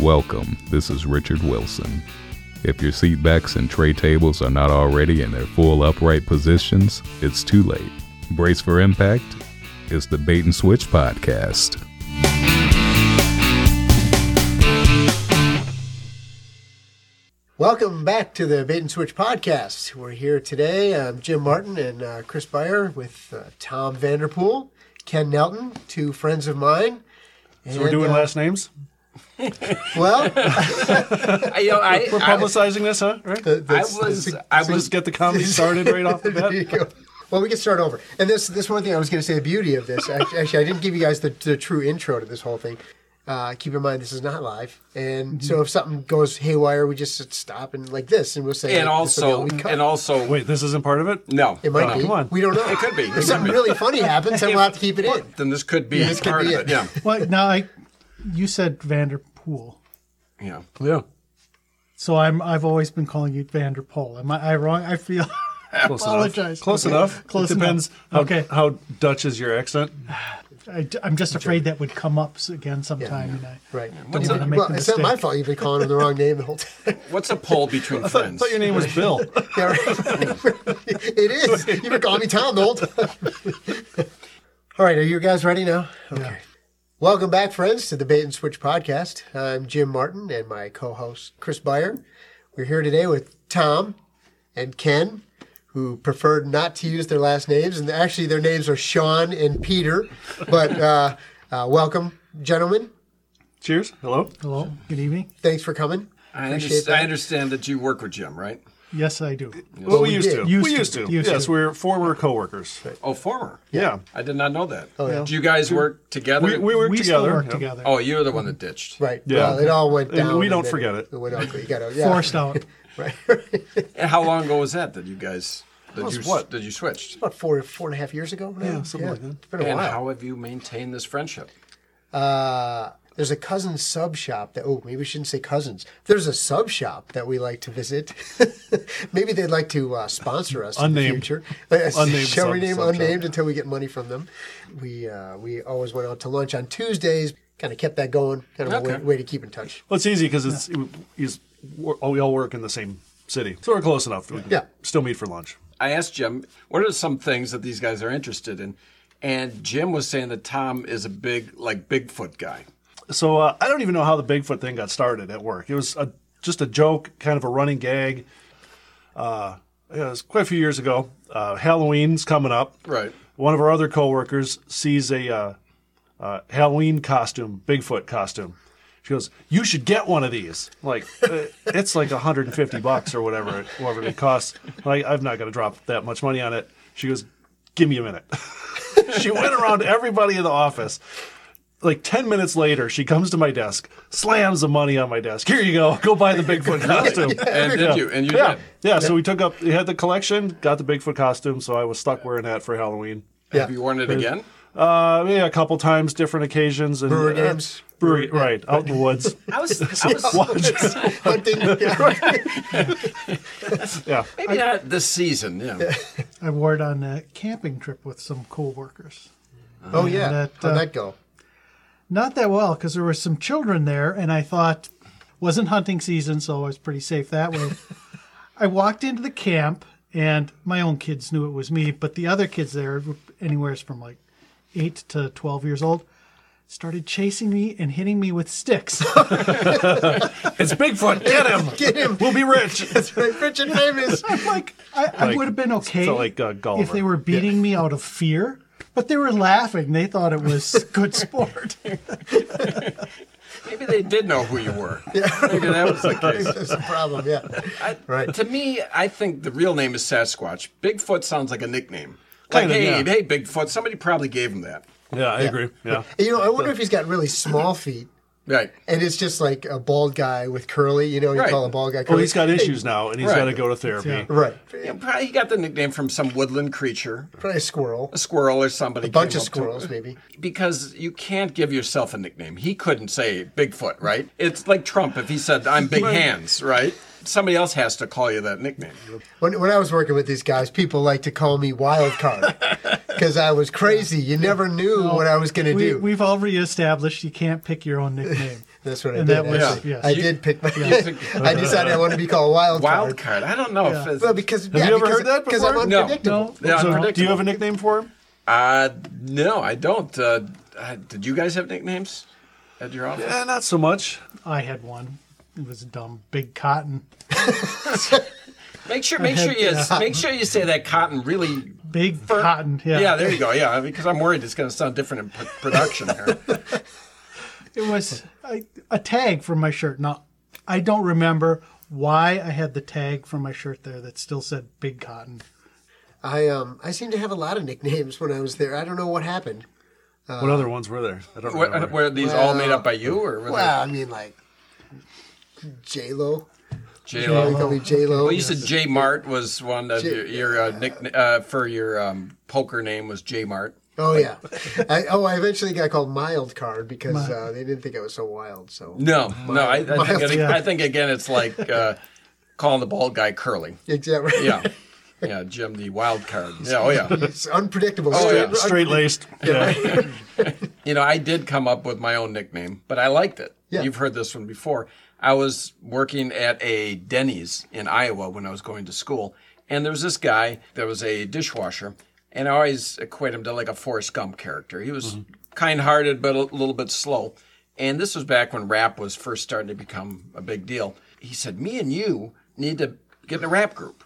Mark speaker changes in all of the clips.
Speaker 1: Welcome, this is Richard Wilson. If your seat backs and tray tables are not already in their full upright positions, it's too late. Brace for impact. It's the Bait and Switch Podcast.
Speaker 2: Welcome back to the Bait and Switch podcast. We're here today. I'm Jim Martin and uh, Chris Beyer with uh, Tom Vanderpool, Ken Nelton, two friends of mine.
Speaker 3: So we're
Speaker 2: And,
Speaker 3: doing
Speaker 2: uh,
Speaker 3: last names.
Speaker 2: Well,
Speaker 4: I, you know, I,
Speaker 3: We're
Speaker 4: I,
Speaker 3: publicizing this, huh? Right.
Speaker 2: Uh, I
Speaker 4: I was, uh, I
Speaker 3: Let's
Speaker 4: was,
Speaker 3: get the comedy started right off the
Speaker 2: There you
Speaker 3: bat.
Speaker 2: go. Well, we can start over. And this this one thing I was going to say. The beauty of this, actually, actually, I didn't give you guys the, the true intro to this whole thing. Uh, keep in mind, this is not live, and
Speaker 3: Mm-hmm.
Speaker 2: so if something goes haywire, we just stop and like this, and we'll say.
Speaker 4: and
Speaker 2: like, this will be
Speaker 4: also,
Speaker 2: all we cut.
Speaker 4: and also,
Speaker 3: Wait, this isn't part of it.
Speaker 4: no,
Speaker 2: it might
Speaker 3: Oh,
Speaker 2: be.
Speaker 3: come on.
Speaker 2: We don't know.
Speaker 4: It could be. It
Speaker 2: If something
Speaker 4: could be.
Speaker 2: really funny happens, then we'll have to keep it in.
Speaker 4: then this could be
Speaker 2: this could
Speaker 4: part
Speaker 2: be
Speaker 4: of
Speaker 2: it.
Speaker 4: it. Yeah,
Speaker 5: Well, now I, you said Vanderpool,
Speaker 4: yeah.
Speaker 3: Yeah.
Speaker 5: so I'm I've always been calling you Vanderpool. Am I, I wrong? I feel I
Speaker 3: Close
Speaker 5: apologize.
Speaker 3: Enough. Close enough.
Speaker 5: Close
Speaker 3: it depends
Speaker 5: enough.
Speaker 3: How,
Speaker 5: Okay.
Speaker 3: how Dutch is your accent.
Speaker 5: I, am just afraid that would come up s- again sometime, and I
Speaker 2: Right.
Speaker 5: don't want to make
Speaker 2: Well,
Speaker 5: the
Speaker 2: it's not my
Speaker 5: mistake.
Speaker 2: fault you've been calling him the wrong name the whole time.
Speaker 4: What's a poll between
Speaker 3: I
Speaker 4: friends?
Speaker 3: thought your name was Bill.
Speaker 2: Yeah, right. it is. You've been calling me Tom the whole time. All right, are you guys ready now? Okay. Welcome back, friends, to the Bait and Switch podcast. I'm Jim Martin and my co-host Chris Beyer. We're here today with Tom and Ken, who preferred not to use their last names, and actually their names are Sean and Peter. But uh, uh, welcome, gentlemen.
Speaker 3: Cheers. Hello.
Speaker 5: Hello. Good evening.
Speaker 2: Thanks for coming.
Speaker 4: I,
Speaker 2: Appreciate
Speaker 4: understand,
Speaker 2: that.
Speaker 4: I understand that you work with Jim, right?
Speaker 5: Yes, I do.
Speaker 3: Well, we used
Speaker 2: did.
Speaker 3: to.
Speaker 5: Used
Speaker 3: we
Speaker 5: to.
Speaker 3: used to.
Speaker 5: Used
Speaker 3: yes,
Speaker 5: to.
Speaker 3: we're former coworkers.
Speaker 4: Oh, former.
Speaker 3: Yeah.
Speaker 4: I did not know that.
Speaker 2: Oh, yeah.
Speaker 4: Do you guys work together?
Speaker 3: We, we worked
Speaker 5: we
Speaker 3: together.
Speaker 5: still work
Speaker 3: yeah.
Speaker 5: together.
Speaker 4: oh, you're the one that ditched.
Speaker 2: Right.
Speaker 3: Yeah.
Speaker 2: Well, it all went
Speaker 3: And
Speaker 2: down.
Speaker 3: we don't
Speaker 2: then
Speaker 3: forget it.
Speaker 2: It went ugly. You gotta, yeah.
Speaker 5: Forced out.
Speaker 4: And how long ago was that that you guys that
Speaker 3: was
Speaker 4: you
Speaker 3: what?
Speaker 4: that you switched?
Speaker 2: about four four and a half years ago. Now. Yeah,
Speaker 3: something like that.
Speaker 2: It's been a
Speaker 4: And
Speaker 2: while.
Speaker 4: how have you maintained this friendship?
Speaker 2: uh, there's a cousin sub shop that oh maybe we shouldn't say cousins. There's a sub shop that we like to visit. maybe they'd like to uh, sponsor us in the
Speaker 3: Unnamed.
Speaker 2: future.
Speaker 3: Unnamed
Speaker 2: Shall we
Speaker 3: sub-
Speaker 2: name
Speaker 3: sub shop.
Speaker 2: unnamed until we get money from them? We uh, we always went out to lunch on Tuesdays. Kind of kept that going. Kind of a way,
Speaker 4: Okay.
Speaker 2: way to keep in touch.
Speaker 3: Well, it's easy because it's he's- we're- we all work in the same city, so we're close enough. We can
Speaker 2: Yeah.
Speaker 3: Still meet for lunch.
Speaker 4: I asked Jim, what are some things that these guys are interested in? And Jim was saying that Tom is a big, like Bigfoot guy.
Speaker 3: So uh, I don't even know how the Bigfoot thing got started at work. It was a, just a joke, kind of a running gag. Uh, yeah, it was quite a few years ago. Uh, Halloween's coming up.
Speaker 4: Right.
Speaker 3: One of our other coworkers sees a uh, uh, Halloween costume, Bigfoot costume. She goes, "You should get one of these. Like, uh, it's like 150 bucks or whatever, it, whatever it costs. Like, I'm not gonna drop that much money on it." She goes, "Give me a minute." she went around everybody in the office like 10 minutes later, she comes to my desk, slams the money on my desk. Here you go. Go buy the Bigfoot costume.
Speaker 4: And did
Speaker 3: Yeah.
Speaker 4: you? And you
Speaker 3: yeah.
Speaker 4: did.
Speaker 3: Yeah. So we took up, we had the collection, got the Bigfoot costume. So I was stuck wearing that for Halloween.
Speaker 2: Yeah.
Speaker 4: Have you worn it again?
Speaker 3: Uh, yeah, a couple times, different occasions. And,
Speaker 2: Brewer
Speaker 3: uh,
Speaker 2: games.
Speaker 3: brewery- right. Out in the woods.
Speaker 4: I was, I was
Speaker 2: Hunting. yeah.
Speaker 3: Yeah.
Speaker 4: maybe not this season. Yeah.
Speaker 5: I wore it on a camping trip with some coworkers.
Speaker 2: Oh yeah.
Speaker 5: that,
Speaker 2: How'd
Speaker 5: uh,
Speaker 2: that go?
Speaker 5: Not that well, because there were some children there, and I thought wasn't hunting season, so I was pretty safe that way. I walked into the camp, and my own kids knew it was me, but the other kids there, anywhere from like eight to twelve years old, started chasing me and hitting me with sticks.
Speaker 3: It's Bigfoot. Get him.
Speaker 2: Get him.
Speaker 3: We'll be rich.
Speaker 2: Rich and famous.
Speaker 5: I'm like, I, I
Speaker 3: Like-
Speaker 5: would have been okay
Speaker 3: so like, uh, Gulliver.
Speaker 5: if they were beating me out of fear, but they were laughing. They thought it was good sport.
Speaker 4: Maybe they did know who you were. Maybe that was the case.
Speaker 2: That's the problem. Yeah.
Speaker 4: I-
Speaker 2: Right.
Speaker 4: To me, I think the real name is Sasquatch. Bigfoot sounds like a nickname. Like,
Speaker 3: Kinda,
Speaker 4: hey,
Speaker 3: yeah.
Speaker 4: hey, Bigfoot. Somebody probably gave him that.
Speaker 3: Yeah, I agree. Yeah.
Speaker 2: You know, I wonder if he's got really small feet
Speaker 4: Right.
Speaker 2: and it's just like a bald guy with curly. You know, you
Speaker 4: Right.
Speaker 2: call a bald guy curly.
Speaker 3: Well, he's got issues now and he's
Speaker 4: Right.
Speaker 3: got to go to therapy.
Speaker 5: Yeah.
Speaker 2: right,
Speaker 4: Yeah, probably he got the nickname from some woodland creature,
Speaker 2: probably a squirrel,
Speaker 4: a squirrel or somebody.
Speaker 2: a bunch
Speaker 4: came
Speaker 2: of
Speaker 4: up to
Speaker 2: squirrels maybe.
Speaker 4: because you can't give yourself a nickname. He couldn't say Bigfoot, right? It's like Trump if he said I'm Big Hands, right? Somebody else has to call you that nickname.
Speaker 2: When, when I was working with these guys, people like to call me Wild Card because I was crazy. You never knew what I was going to
Speaker 5: We,
Speaker 2: do.
Speaker 5: we've already established you can't pick your own nickname.
Speaker 2: That's what I
Speaker 5: And
Speaker 2: did.
Speaker 5: that was-
Speaker 2: actually.
Speaker 5: yes.
Speaker 2: I
Speaker 5: You-
Speaker 2: did pick my. I decided I want to be called Wild
Speaker 4: Wild
Speaker 2: Card.
Speaker 4: card. I don't know if it's,
Speaker 2: Well, because
Speaker 3: you
Speaker 2: yeah,
Speaker 3: ever
Speaker 2: because,
Speaker 3: heard that
Speaker 2: Because I'm
Speaker 3: before?
Speaker 4: No.
Speaker 2: unpredictable.
Speaker 5: No.
Speaker 4: Yeah,
Speaker 3: So, do
Speaker 4: unpredictable.
Speaker 3: you have a nickname for him?
Speaker 4: Uh, no, I don't. Uh, uh, did you guys have nicknames at your office?
Speaker 3: Eh, not so much.
Speaker 5: I had one. It was dumb. Big cotton.
Speaker 4: Make sure, make sure you make sure you say that cotton really.
Speaker 5: Big cotton. Yeah.
Speaker 4: Yeah, there you go. Yeah, because I'm worried it's going to sound different in p- production here.
Speaker 5: It was a, a tag from my shirt. Now, I don't remember why I had the tag from my shirt there that still said Big Cotton.
Speaker 2: I um I seem to have a lot of nicknames when I was there. I don't know what happened.
Speaker 3: what other ones were there? I don't
Speaker 4: Were,
Speaker 3: remember.
Speaker 4: were uh, these all made up by you, or were
Speaker 2: Well, I mean like J Lo.
Speaker 4: they
Speaker 2: They
Speaker 4: J-Lo?
Speaker 2: call me J Lo.
Speaker 4: Well, you said J Mart was one of your, your uh, nick uh, for your um, poker name was J Mart.
Speaker 2: Oh yeah. I, oh, I eventually got called Mild Card because uh, they didn't think I was so wild. So
Speaker 4: No, no, I, I, think, it,
Speaker 5: Yeah.
Speaker 4: I think again it's like uh, calling the bald guy curly.
Speaker 2: exactly.
Speaker 4: Yeah, yeah, Jim the wild card. Yeah, oh yeah.
Speaker 2: It's unpredictable.
Speaker 4: Oh, yeah.
Speaker 2: Straight-
Speaker 3: Straight laced. Yeah.
Speaker 4: You know, I did come up with my own nickname, but I liked it.
Speaker 2: Yeah.
Speaker 4: You've heard this one before. I was working at a Denny's in Iowa when I was going to school, and there was this guy that was a dishwasher, and I always equate him to like a Forrest Gump character. He was kind hearted, but a little bit slow. And this was back when rap was first starting to become a big deal. He said, Me and you need to get in a rap group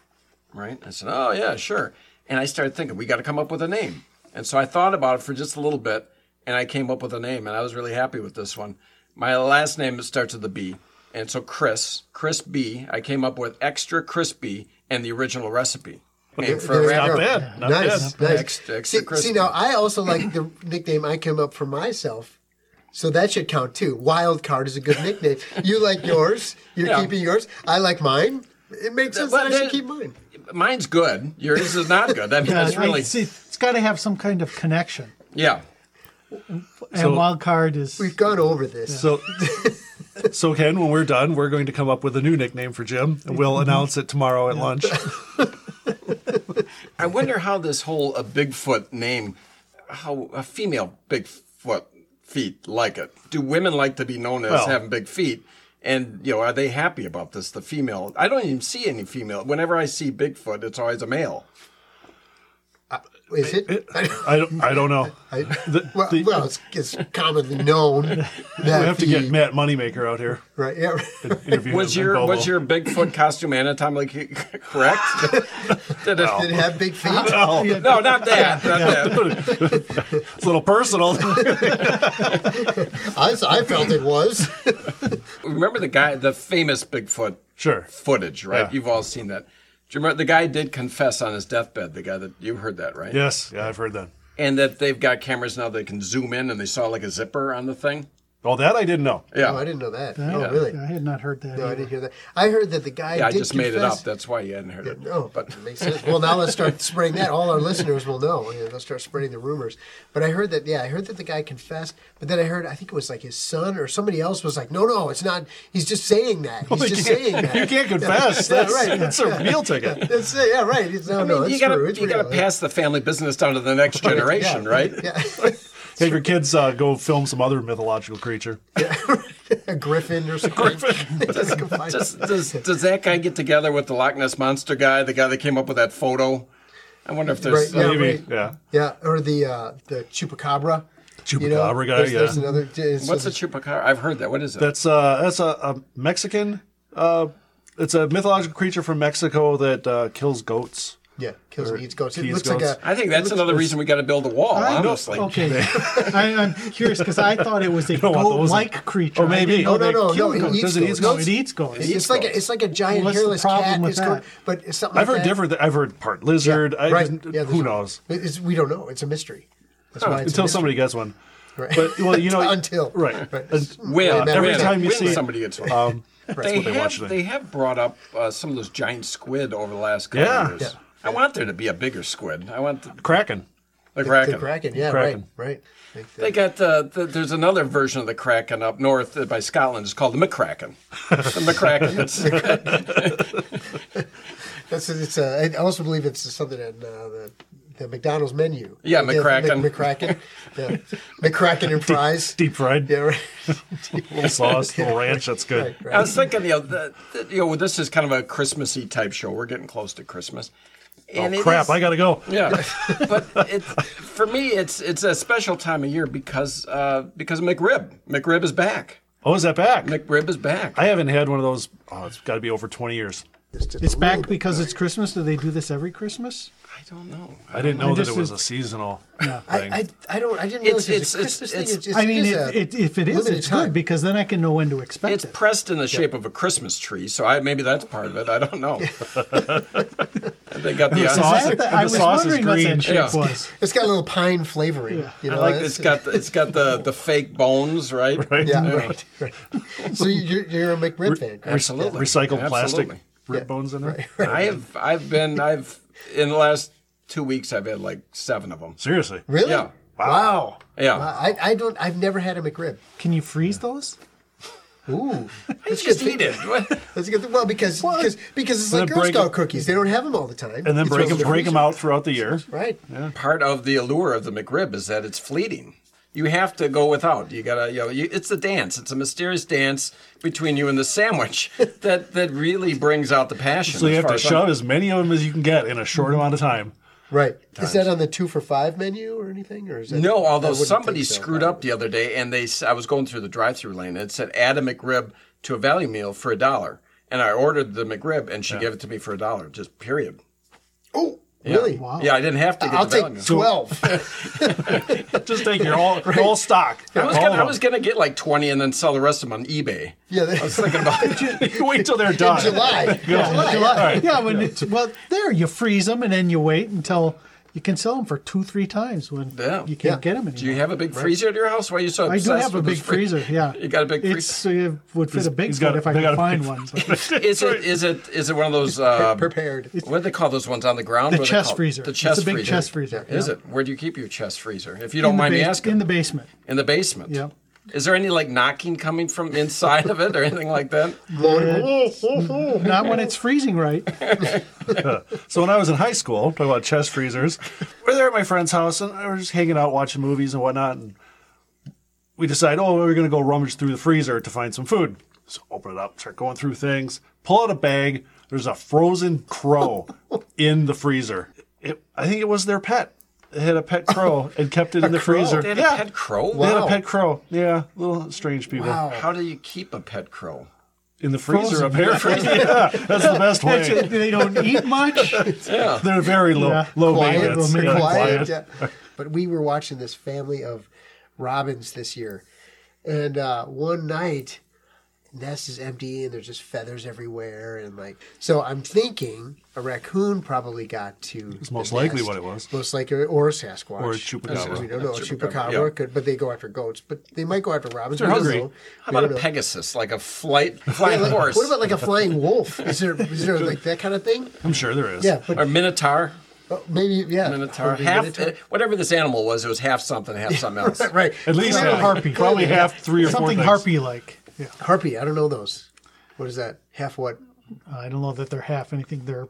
Speaker 4: right? I said, oh, yeah, sure. And I started thinking, we got to come up with a name. And so I thought about it for just a little bit, and I came up with a name, and I was really happy with this one. My last name starts with a B. And so Chris, Chris B, I came up with extra crispy and the original recipe. Name for a
Speaker 2: There you
Speaker 4: rap.
Speaker 2: go.
Speaker 3: bad. Not
Speaker 2: nice, nice.
Speaker 4: Extra- extra
Speaker 2: see,
Speaker 4: crispy.
Speaker 2: see, now I also like the nickname I came up for myself, so that should count too. Wild card is a good nickname. you like yours. You're
Speaker 4: Yeah.
Speaker 2: keeping yours. I like mine. It makes sense
Speaker 4: But
Speaker 2: that I
Speaker 4: then-
Speaker 2: should keep mine.
Speaker 4: Mine's good. Yours is not good. I mean,
Speaker 5: Yeah,
Speaker 4: it's
Speaker 5: I-
Speaker 4: really,
Speaker 5: see, it's got to have some kind of connection.
Speaker 4: yeah.
Speaker 5: and wild card is
Speaker 2: We've gone over this.
Speaker 3: So, so Ken, when we're done, we're going to come up with a new nickname for Jim, and we'll
Speaker 2: Mm-hmm.
Speaker 3: announce it tomorrow at lunch.
Speaker 4: I wonder how this whole a Bigfoot name, how a female Bigfoot feet like it. Do women like to be known as
Speaker 3: Well-
Speaker 4: having big feet? And you know, are they happy about this? The female, I don't even see any female. Whenever I see Bigfoot, it's always a male.
Speaker 2: Is it?
Speaker 3: I don't. I don't know.
Speaker 2: I-
Speaker 3: The-
Speaker 2: well,
Speaker 3: the-
Speaker 2: well it's, it's commonly known that
Speaker 3: we have to
Speaker 2: the-
Speaker 3: get Matt Moneymaker out here.
Speaker 2: right. Yeah.
Speaker 3: and interview
Speaker 4: Was
Speaker 3: him and
Speaker 4: your
Speaker 3: Bobo.
Speaker 4: was your Bigfoot costume anatomically co- correct? Did it-
Speaker 2: Did it have big feet?
Speaker 4: No, not that. Not that.
Speaker 3: It's a little personal.
Speaker 2: I, I felt it was.
Speaker 4: Remember the guy, the famous Bigfoot
Speaker 3: sure.
Speaker 4: footage, right?
Speaker 3: Yeah.
Speaker 4: You've all seen that. Do you remember the guy did confess on his deathbed? The guy that you heard that, right?
Speaker 3: Yes. Yeah, I've heard that.
Speaker 4: and that they've got cameras now they can zoom in and they saw like a zipper on the thing.
Speaker 3: Well, that I didn't know.
Speaker 4: Yeah,
Speaker 2: Oh, I didn't know that.
Speaker 4: Yeah.
Speaker 2: Oh, really?
Speaker 5: I had not heard that.
Speaker 2: No, I
Speaker 5: either.
Speaker 2: didn't hear that. I heard that the guy.
Speaker 4: yeah I
Speaker 2: did
Speaker 4: just made it
Speaker 2: confess-
Speaker 4: up. That's why you hadn't heard it.
Speaker 2: Oh, but it makes sense. Well, now let's start spreading that. All our listeners will know. You know, they'll start spreading the rumors. But I heard that, yeah, I heard that the guy confessed. But then I heard, I think it was like his son or somebody else was like, no, no, it's not. He's just saying that. He's just saying that.
Speaker 3: You can't confess. That's,
Speaker 2: right.
Speaker 3: that's a meal ticket.
Speaker 2: That's it. Yeah, right. It's, no,
Speaker 4: I
Speaker 2: no,
Speaker 4: mean,
Speaker 2: it's
Speaker 4: you gotta
Speaker 2: true. It's
Speaker 4: you gotta
Speaker 2: real.
Speaker 4: pass the family business down to the next generation, right?
Speaker 2: Yeah,
Speaker 3: Have your kids uh, go film some other mythological creature.
Speaker 2: a griffin or something. griffin.
Speaker 4: Does, does does that guy get together with the Loch Ness monster guy, the guy that came up with that photo? I wonder if there's. uh,
Speaker 2: Right, Yeah,
Speaker 3: Maybe.
Speaker 2: right.
Speaker 3: Yeah.
Speaker 2: yeah, or the uh, the chupacabra.
Speaker 3: Chupacabra
Speaker 2: You know,
Speaker 3: guy.
Speaker 2: there's,
Speaker 3: yeah.
Speaker 2: there's another. it's-
Speaker 4: What's a chupacabra? I've heard that. What is it?
Speaker 3: That's uh that's a, a Mexican uh it's a mythological creature from Mexico that uh, kills goats.
Speaker 2: Yeah, kills and eats goats. It
Speaker 3: Keys
Speaker 2: looks
Speaker 3: goats.
Speaker 2: like a.
Speaker 4: I think that's another reason we got to build a wall.
Speaker 5: I know-
Speaker 4: honestly,
Speaker 5: okay, I, I'm curious because I thought it was a
Speaker 3: don't want those.
Speaker 5: goat-like creature.
Speaker 3: Or
Speaker 5: I didn't
Speaker 3: maybe-
Speaker 5: know
Speaker 3: Oh,
Speaker 2: no,
Speaker 5: they
Speaker 2: no,
Speaker 5: killed
Speaker 2: no, it
Speaker 5: goats.
Speaker 2: eats
Speaker 3: Does it eat
Speaker 2: goats.
Speaker 5: No, it eats goats.
Speaker 2: It's, like a, it's like a giant
Speaker 5: What's the
Speaker 2: hairless
Speaker 5: problem
Speaker 2: cat.
Speaker 5: with
Speaker 2: It's called-
Speaker 5: that?
Speaker 2: but it's something.
Speaker 3: I've
Speaker 2: like
Speaker 3: heard
Speaker 2: that.
Speaker 3: different I've heard part lizard. I
Speaker 2: right?
Speaker 3: just-
Speaker 2: Yeah,
Speaker 3: who
Speaker 2: there's-
Speaker 3: knows?
Speaker 2: It's, we don't know. It's a mystery. That's why it's a
Speaker 3: Until
Speaker 2: mystery.
Speaker 3: somebody gets one.
Speaker 2: Right.
Speaker 3: But well, you know
Speaker 2: Until.
Speaker 3: right.
Speaker 2: Right.
Speaker 3: And-
Speaker 4: Win,
Speaker 2: Yeah, every
Speaker 4: win,
Speaker 3: time you
Speaker 4: win,
Speaker 3: see-
Speaker 4: somebody gets one.
Speaker 3: um,
Speaker 4: they,
Speaker 3: what they want you
Speaker 4: have,
Speaker 3: to-
Speaker 4: they have brought up uh, some of those giant squid over the last couple
Speaker 3: Yeah.
Speaker 4: years.
Speaker 3: Yeah.
Speaker 4: I want there to be a bigger squid. I want the,
Speaker 3: Kraken.
Speaker 4: the
Speaker 2: The
Speaker 4: kraken.
Speaker 2: Kraken. Yeah,
Speaker 3: Kraken.
Speaker 2: right, right. Like the-
Speaker 4: They got uh, the, the there's another version of the kraken up north uh, by Scotland. It's called the McCracken. the McCracken. It's,
Speaker 2: That's it's. Uh, I also believe it's something on uh, the the McDonald's menu.
Speaker 4: Yeah,
Speaker 2: The
Speaker 4: McCracken.
Speaker 2: Mc- McCracken. yeah. McCracken and fries.
Speaker 3: Deep fried,
Speaker 2: Yeah, right.
Speaker 3: little sauce, little ranch. That's good.
Speaker 2: right,
Speaker 4: I
Speaker 2: right.
Speaker 4: was thinking, you know, the, the, you know, this is kind of a Christmassy type show. We're getting close to Christmas. And
Speaker 3: Oh
Speaker 4: it
Speaker 3: crap!
Speaker 4: is-
Speaker 3: I gotta go.
Speaker 4: Yeah, but it's, for me, it's it's a special time of year because uh, because McRib McRib is back.
Speaker 3: Oh, is that back?
Speaker 4: McRib is back.
Speaker 3: I haven't had one of those. Oh, it's got to be over 20 years.
Speaker 2: Just a
Speaker 5: It's back
Speaker 2: little bit.
Speaker 5: because it's Christmas. Do they do this every Christmas?
Speaker 4: I don't know.
Speaker 3: I didn't know that
Speaker 5: just
Speaker 3: it was
Speaker 5: is-
Speaker 3: a seasonal
Speaker 2: I,
Speaker 3: thing.
Speaker 2: I, I don't I didn't realize
Speaker 4: It's-
Speaker 2: it's, it was a
Speaker 4: it's-
Speaker 2: Christmas
Speaker 4: it's-
Speaker 2: thing. It's,
Speaker 5: I mean,
Speaker 2: is
Speaker 5: it,
Speaker 2: a
Speaker 5: it, if it is,
Speaker 2: limited
Speaker 5: it's
Speaker 2: time.
Speaker 5: good because then I can know when to expect
Speaker 4: It's
Speaker 5: it.
Speaker 4: pressed in the shape of a Christmas tree, so I maybe that's part of it. I don't know. and they got the
Speaker 3: It's
Speaker 5: Is
Speaker 3: sauce-
Speaker 5: that
Speaker 3: and
Speaker 5: the-
Speaker 3: the
Speaker 5: I was
Speaker 3: sauce is
Speaker 5: wondering what
Speaker 3: green.
Speaker 5: that shape
Speaker 4: Yeah.
Speaker 5: was.
Speaker 2: it's got a little pine flavoring. You know,
Speaker 4: I like it's got the, it's got the the fake bones, right?
Speaker 3: Right?
Speaker 2: Yeah, right, right. So you're, you're a McRib fan, correct?
Speaker 4: Absolutely.
Speaker 3: Recycled plastic
Speaker 4: Absolutely.
Speaker 3: rib bones in there.
Speaker 4: I have I've been I've in the last two weeks I've had like seven of them.
Speaker 3: Seriously.
Speaker 2: Really?
Speaker 4: Yeah.
Speaker 2: Wow.
Speaker 4: Yeah.
Speaker 2: I, I don't. I've never had a McRib.
Speaker 5: Can you freeze those?
Speaker 2: Ooh,
Speaker 4: Let's just eat it. What?
Speaker 2: that's a good. Thing. Well, because because because it's
Speaker 3: And
Speaker 2: like
Speaker 3: then
Speaker 2: Girl
Speaker 3: break
Speaker 2: Scout
Speaker 3: 'em.
Speaker 2: cookies. They don't have them all the time.
Speaker 3: And then
Speaker 2: You
Speaker 3: break
Speaker 2: throw
Speaker 3: them, break them out throughout the year.
Speaker 2: Right.
Speaker 4: Part of the allure of the McRib is that it's fleeting. You have to go without. You gotta, you know, you, it's a dance. It's a mysterious dance between you and the sandwich that that really brings out the passion.
Speaker 3: So you
Speaker 4: as
Speaker 3: have
Speaker 4: far
Speaker 3: to
Speaker 4: as I'm-
Speaker 3: shove as many of them as you can get in a short amount of time.
Speaker 2: Right. Is that on the two for five menu or anything, or is that,
Speaker 4: No,
Speaker 2: I
Speaker 4: although
Speaker 2: wouldn't
Speaker 4: somebody
Speaker 2: think so.
Speaker 4: screwed up the other day, and they s- I was going through the drive-through lane, and it said add a McRib to a value meal for a dollar, and I ordered the McRib, and she gave it to me for a dollar, just period.
Speaker 2: Oh, really?
Speaker 5: Wow.
Speaker 4: Yeah, I didn't have to get
Speaker 2: I'll
Speaker 4: the
Speaker 2: take
Speaker 4: value meal.
Speaker 2: twelve.
Speaker 3: Just take your all, all stock.
Speaker 4: I was,
Speaker 3: all
Speaker 4: gonna,
Speaker 3: of
Speaker 5: Oh.
Speaker 4: I was gonna get like twenty and then sell the rest of them on eBay.
Speaker 2: yeah. That,
Speaker 4: Thinking about it.
Speaker 3: them. Wait till they're done.
Speaker 2: July. July.
Speaker 5: Yeah, when it's well, there you freeze them and then you wait until you can sell them for two, three times when
Speaker 4: Yeah.
Speaker 5: you can't
Speaker 2: Yeah.
Speaker 5: get them anymore.
Speaker 4: Do you have a big freezer at your house? Why are you so
Speaker 5: I
Speaker 4: obsessed
Speaker 5: do have a
Speaker 4: with
Speaker 5: big
Speaker 4: this free-
Speaker 5: freezer. Yeah,
Speaker 4: You got a big
Speaker 5: It's uh, would fit a big
Speaker 3: he's got
Speaker 5: spot
Speaker 3: a-
Speaker 5: if I
Speaker 3: they
Speaker 5: could
Speaker 3: got a big
Speaker 5: find one. but-
Speaker 4: Is it is it is it one of those uh,
Speaker 2: Prepared.
Speaker 4: What do they call those ones on the ground?
Speaker 5: The
Speaker 4: What are they
Speaker 5: chest
Speaker 4: called?
Speaker 5: freezer.
Speaker 4: The chest
Speaker 5: It's a big
Speaker 4: freezer.
Speaker 5: chest freezer.
Speaker 4: Is
Speaker 5: Yeah.
Speaker 4: it? Where do you keep your chest freezer? If you
Speaker 5: In
Speaker 4: don't
Speaker 5: the
Speaker 4: mind me
Speaker 5: bas-
Speaker 4: asking.
Speaker 5: in the basement.
Speaker 4: In the basement.
Speaker 5: Yeah.
Speaker 4: Is there any like knocking coming from inside of it or anything like that?
Speaker 5: Not when it's freezing right.
Speaker 3: So when I was in high school, talking about chest freezers, we are there at my friend's house and we were just hanging out, watching movies and whatnot. And we decide, oh, we're going to go rummage through the freezer to find some food. So open it up, start going through things, pull out a bag. There's a frozen crow in the freezer. It, I think it was their pet. They had a pet crow and kept it in the freezer.
Speaker 4: Oh, They had
Speaker 3: yeah,
Speaker 4: a pet crow.
Speaker 3: they had a
Speaker 2: Wow.
Speaker 3: pet crow. Yeah, little strange people
Speaker 4: How do you keep a pet crow?
Speaker 3: in the freezer. Apparently, yeah, that's the best
Speaker 5: Actually,
Speaker 3: way.
Speaker 5: they don't eat much.
Speaker 4: Yeah.
Speaker 3: They're very low,
Speaker 5: Yeah.
Speaker 3: low
Speaker 5: Quiet,
Speaker 3: maintenance.
Speaker 5: low
Speaker 3: Yeah, quiet.
Speaker 5: maintenance.
Speaker 2: Yeah. But we were watching this family of robins this year, and uh, one night, nest is empty and there's just feathers everywhere, and like so, I'm thinking a raccoon probably got to. It's
Speaker 3: most likely what it was.
Speaker 2: Most likely, or a sasquatch,
Speaker 3: Or a chupacabra.
Speaker 2: We don't know. A
Speaker 4: Chupacabra,
Speaker 2: chupacabra,
Speaker 4: yeah.
Speaker 2: could, but they go after goats. But they might go after robins.
Speaker 3: They're
Speaker 2: We don't
Speaker 3: hungry.
Speaker 2: know.
Speaker 4: How
Speaker 2: We
Speaker 4: about
Speaker 2: don't
Speaker 4: a
Speaker 2: know.
Speaker 4: Pegasus, like a flight flying
Speaker 2: Like,
Speaker 4: horse,
Speaker 2: What about like a flying wolf? Is there is there like that kind of thing?
Speaker 3: I'm sure there is.
Speaker 2: Yeah, but
Speaker 4: or minotaur?
Speaker 2: uh, maybe yeah.
Speaker 4: Minotaur,
Speaker 2: Maybe
Speaker 4: half
Speaker 2: minotaur.
Speaker 4: uh, whatever this animal was, it was half something, half something else.
Speaker 2: Right.
Speaker 3: At least
Speaker 5: Clearly
Speaker 3: half.
Speaker 5: harpy.
Speaker 3: Probably
Speaker 5: Clearly,
Speaker 3: half three or
Speaker 5: Something
Speaker 3: four things.
Speaker 5: harpy like. Yeah.
Speaker 2: Harpy, I don't know those. What is that? Half what?
Speaker 5: I don't know that they're half anything. They're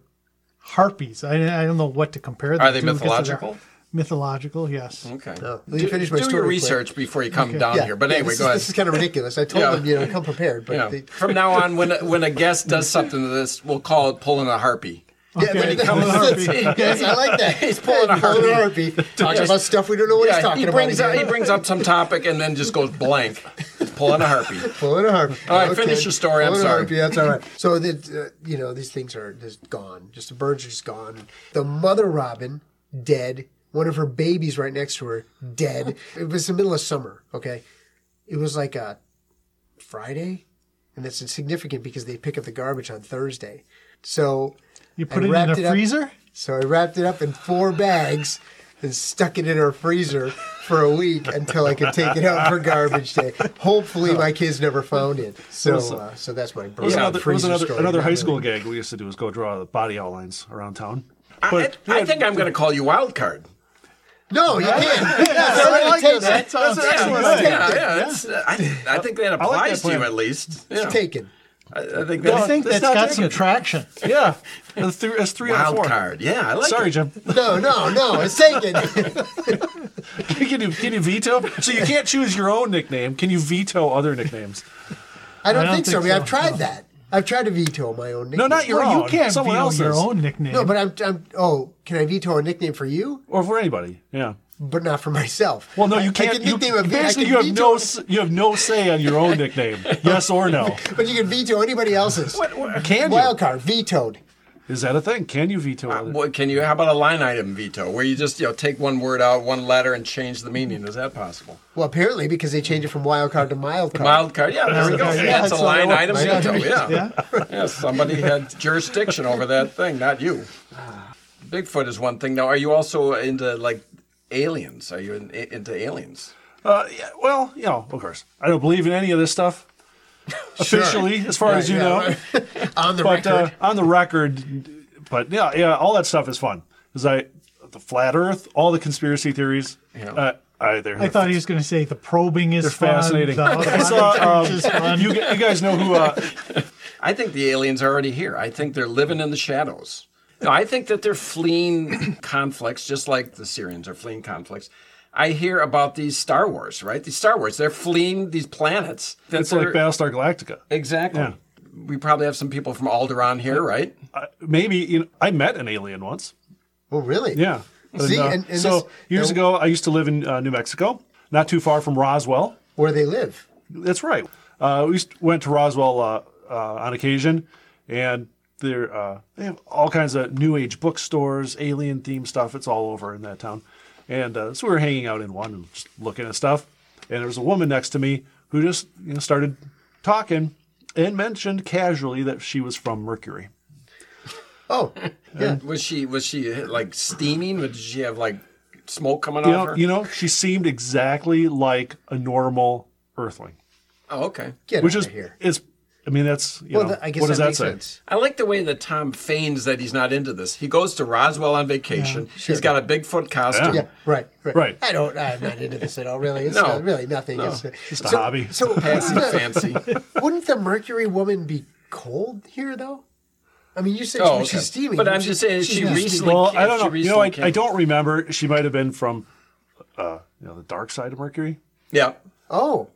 Speaker 5: harpies. I, I don't know what to compare them
Speaker 4: Are they
Speaker 5: to because they're
Speaker 4: mythological?
Speaker 5: Mythological, yes.
Speaker 4: Okay.
Speaker 2: Oh, let me finish my
Speaker 4: Do
Speaker 2: story
Speaker 4: your
Speaker 2: quick.
Speaker 4: research before you come down
Speaker 2: Yeah,
Speaker 4: here. But
Speaker 2: yeah,
Speaker 4: anyway,
Speaker 2: this
Speaker 4: go
Speaker 2: is,
Speaker 4: ahead.
Speaker 2: This is kind of ridiculous. I told
Speaker 4: Yeah.
Speaker 2: them, you know, come prepared, but
Speaker 4: Yeah.
Speaker 2: they,
Speaker 4: From now on, when when a guest does something to this, we'll call it pulling a harpy.
Speaker 2: yeah,
Speaker 5: Okay.
Speaker 2: but it-
Speaker 5: Come on,
Speaker 2: yes, I like that.
Speaker 4: He's pulling a
Speaker 2: Pulling harpy,
Speaker 4: harpy.
Speaker 2: talking about stuff we don't know what he's
Speaker 4: Yeah,
Speaker 2: talking
Speaker 4: he brings
Speaker 2: about.
Speaker 4: up, he
Speaker 2: again.
Speaker 4: brings up some topic and then just goes blank. He's pulling a harpy.
Speaker 2: Pulling a harpy.
Speaker 4: All right, finish your story, I'm
Speaker 2: Pulling a
Speaker 4: sorry.
Speaker 2: harpy, that's all right. So that uh, you know, these things are just gone. Just the birds are just gone. The mother robin dead. One of her babies right next to her dead. It was the middle of summer. Okay, it was like a Friday, and that's insignificant because they pick up the garbage on Thursday. So
Speaker 5: You put
Speaker 2: I
Speaker 5: it in
Speaker 2: wrapped
Speaker 5: a
Speaker 2: it up-
Speaker 5: freezer?
Speaker 2: so I wrapped it up in four bags and stuck it in our freezer for a week until I could take it out for garbage day. Hopefully, my kids never found it. So, uh, so that's my
Speaker 3: It was
Speaker 2: bird
Speaker 3: another, it was
Speaker 2: freezer
Speaker 3: another,
Speaker 2: story.
Speaker 3: another
Speaker 2: Not
Speaker 3: high school
Speaker 2: really.
Speaker 3: gag we used to do was go draw the body outlines around town.
Speaker 4: I,
Speaker 3: But-
Speaker 4: I think I'm going to call you wild card.
Speaker 2: No, you can't. Yes,
Speaker 5: I
Speaker 2: I
Speaker 5: like
Speaker 2: take
Speaker 5: that.
Speaker 2: it.
Speaker 5: That sounds-
Speaker 4: Yeah,
Speaker 5: That's
Speaker 4: yeah, yeah, that's- I, I think that applies to you
Speaker 3: plan.
Speaker 4: at least. Yeah.
Speaker 2: It's taken.
Speaker 4: I, I think
Speaker 5: I
Speaker 4: that's
Speaker 5: think
Speaker 3: that's
Speaker 5: that's
Speaker 3: not
Speaker 5: got some
Speaker 3: naked.
Speaker 5: traction.
Speaker 3: Yeah, that's three, that's three out of
Speaker 4: wild
Speaker 3: four.
Speaker 4: card. Yeah, I like
Speaker 3: Sorry,
Speaker 4: it.
Speaker 3: Jim.
Speaker 2: No, no, no. It's taken.
Speaker 3: Can you, can you veto? So you can't choose your own nickname. Can you veto other nicknames?
Speaker 2: I don't,
Speaker 5: don't
Speaker 2: think, so. I
Speaker 5: think
Speaker 2: mean, I've
Speaker 5: so,
Speaker 2: tried that. I've tried to veto my own nickname.
Speaker 3: No, not your
Speaker 5: Well,
Speaker 3: own.
Speaker 5: you can't
Speaker 3: Someone
Speaker 5: veto
Speaker 3: else's.
Speaker 5: your own nickname.
Speaker 2: No, but I'm, I'm. Oh, can I veto a nickname for you,
Speaker 3: Or for anybody. Yeah.
Speaker 2: but not for myself?
Speaker 3: Well, no,
Speaker 2: I-
Speaker 3: you
Speaker 2: I
Speaker 3: can't.
Speaker 2: can
Speaker 3: You,
Speaker 2: nickname a vi- I
Speaker 3: basically,
Speaker 2: can
Speaker 3: you have
Speaker 2: veto-
Speaker 3: no s- you have no say on your own nickname. Yes or no?
Speaker 2: But you can veto anybody else's.
Speaker 3: What, what- can you?
Speaker 2: Wild card vetoed.
Speaker 3: Is that a thing? Can you veto? other-
Speaker 4: Uh, What, can you? How about a line item veto, where you just you know take one word out, one letter, and change the meaning? Is that possible?
Speaker 2: Well, apparently because they changed it from wild card to mild card.
Speaker 4: Mild card. Yeah, there we go.
Speaker 5: card, yeah,
Speaker 4: Yeah, it's a
Speaker 5: that's what I
Speaker 4: line
Speaker 5: want.
Speaker 4: item
Speaker 5: Line
Speaker 4: veto.
Speaker 5: item,
Speaker 4: Yeah.
Speaker 5: yeah.
Speaker 4: yeah. Somebody had jurisdiction over that thing, not you. Bigfoot is one thing. Now, are you also into like aliens? Are you in, into aliens?
Speaker 3: Uh, yeah, well, you know, of course, I don't believe in any of this stuff officially, as far as you
Speaker 2: yeah,
Speaker 3: know.
Speaker 2: on the
Speaker 3: But
Speaker 2: record.
Speaker 3: uh, on the record, but yeah, yeah, all that stuff is fun because I the flat Earth, all the conspiracy theories.
Speaker 4: Yeah.
Speaker 3: Uh, I, they're,
Speaker 5: I thought he was going to say the probing is
Speaker 3: they're
Speaker 5: fun,
Speaker 3: fascinating.
Speaker 5: The
Speaker 3: I saw,
Speaker 5: other church is
Speaker 3: uh,
Speaker 5: fun.
Speaker 3: you, gu- you guys know who? Uh,
Speaker 4: I think the aliens are already here. I think they're living in the shadows. No, I think that they're fleeing conflicts, just like the Syrians are fleeing conflicts. I hear about these Star Wars, right? These Star Wars, they're fleeing these planets. that
Speaker 3: it's like
Speaker 4: they're-
Speaker 3: Battlestar Galactica.
Speaker 4: Exactly. We probably have some people from Alderaan here, right?
Speaker 3: Uh, maybe you know, I met an alien once.
Speaker 2: oh, really?
Speaker 3: Yeah.
Speaker 2: See,
Speaker 3: uh,
Speaker 2: and- and
Speaker 3: so
Speaker 2: this-
Speaker 3: years
Speaker 2: and-
Speaker 3: ago, I used to live in uh, New Mexico, not too far from Roswell.
Speaker 2: Where they live.
Speaker 3: That's right. Uh, we used- went to Roswell uh, uh, on occasion, and there uh, they have all kinds of New Age bookstores, alien themed stuff. It's all over in that town. And uh, so we were hanging out in one and just looking at stuff. And there was a woman next to me who just you know, started talking and mentioned casually that she was from Mercury.
Speaker 2: Oh, yeah.
Speaker 4: Was she was she like steaming? Did she have like smoke coming
Speaker 3: You
Speaker 4: off
Speaker 3: know,
Speaker 4: her?
Speaker 3: you know, she seemed exactly like a normal Earthling,
Speaker 4: oh, okay.
Speaker 2: Get
Speaker 3: which
Speaker 2: out
Speaker 3: is
Speaker 2: of here.
Speaker 3: is. I mean, that's you
Speaker 2: Well,
Speaker 3: know,
Speaker 2: th- I guess
Speaker 3: what does
Speaker 2: that,
Speaker 3: that,
Speaker 2: makes
Speaker 3: say?
Speaker 2: sense.
Speaker 4: I like the way that Tom feigns that he's not into this. He goes to Roswell on vacation. He's got a Bigfoot costume.
Speaker 2: Yeah, right, right,
Speaker 3: Right.
Speaker 2: I don't. I'm not into this at all. Really, it's
Speaker 4: No.
Speaker 2: not- really nothing. It's uh,
Speaker 3: Just a
Speaker 2: so,
Speaker 3: hobby.
Speaker 2: So
Speaker 4: Fancy,
Speaker 2: wouldn't the-
Speaker 4: fancy.
Speaker 2: Wouldn't the Mercury woman be cold here though? I mean, you said
Speaker 4: Oh,
Speaker 2: she was
Speaker 4: okay.
Speaker 2: steaming.
Speaker 4: But I'm
Speaker 2: She-
Speaker 4: just saying,
Speaker 2: she's
Speaker 4: she
Speaker 2: not
Speaker 4: recently-
Speaker 2: steaming.
Speaker 3: Well,
Speaker 4: Like,
Speaker 3: I don't
Speaker 4: she
Speaker 3: know. You know, I,
Speaker 4: recently
Speaker 3: I
Speaker 4: came-
Speaker 3: don't remember. She might have been from, uh, you know, the dark side of Mercury.
Speaker 4: Yeah.
Speaker 2: Oh,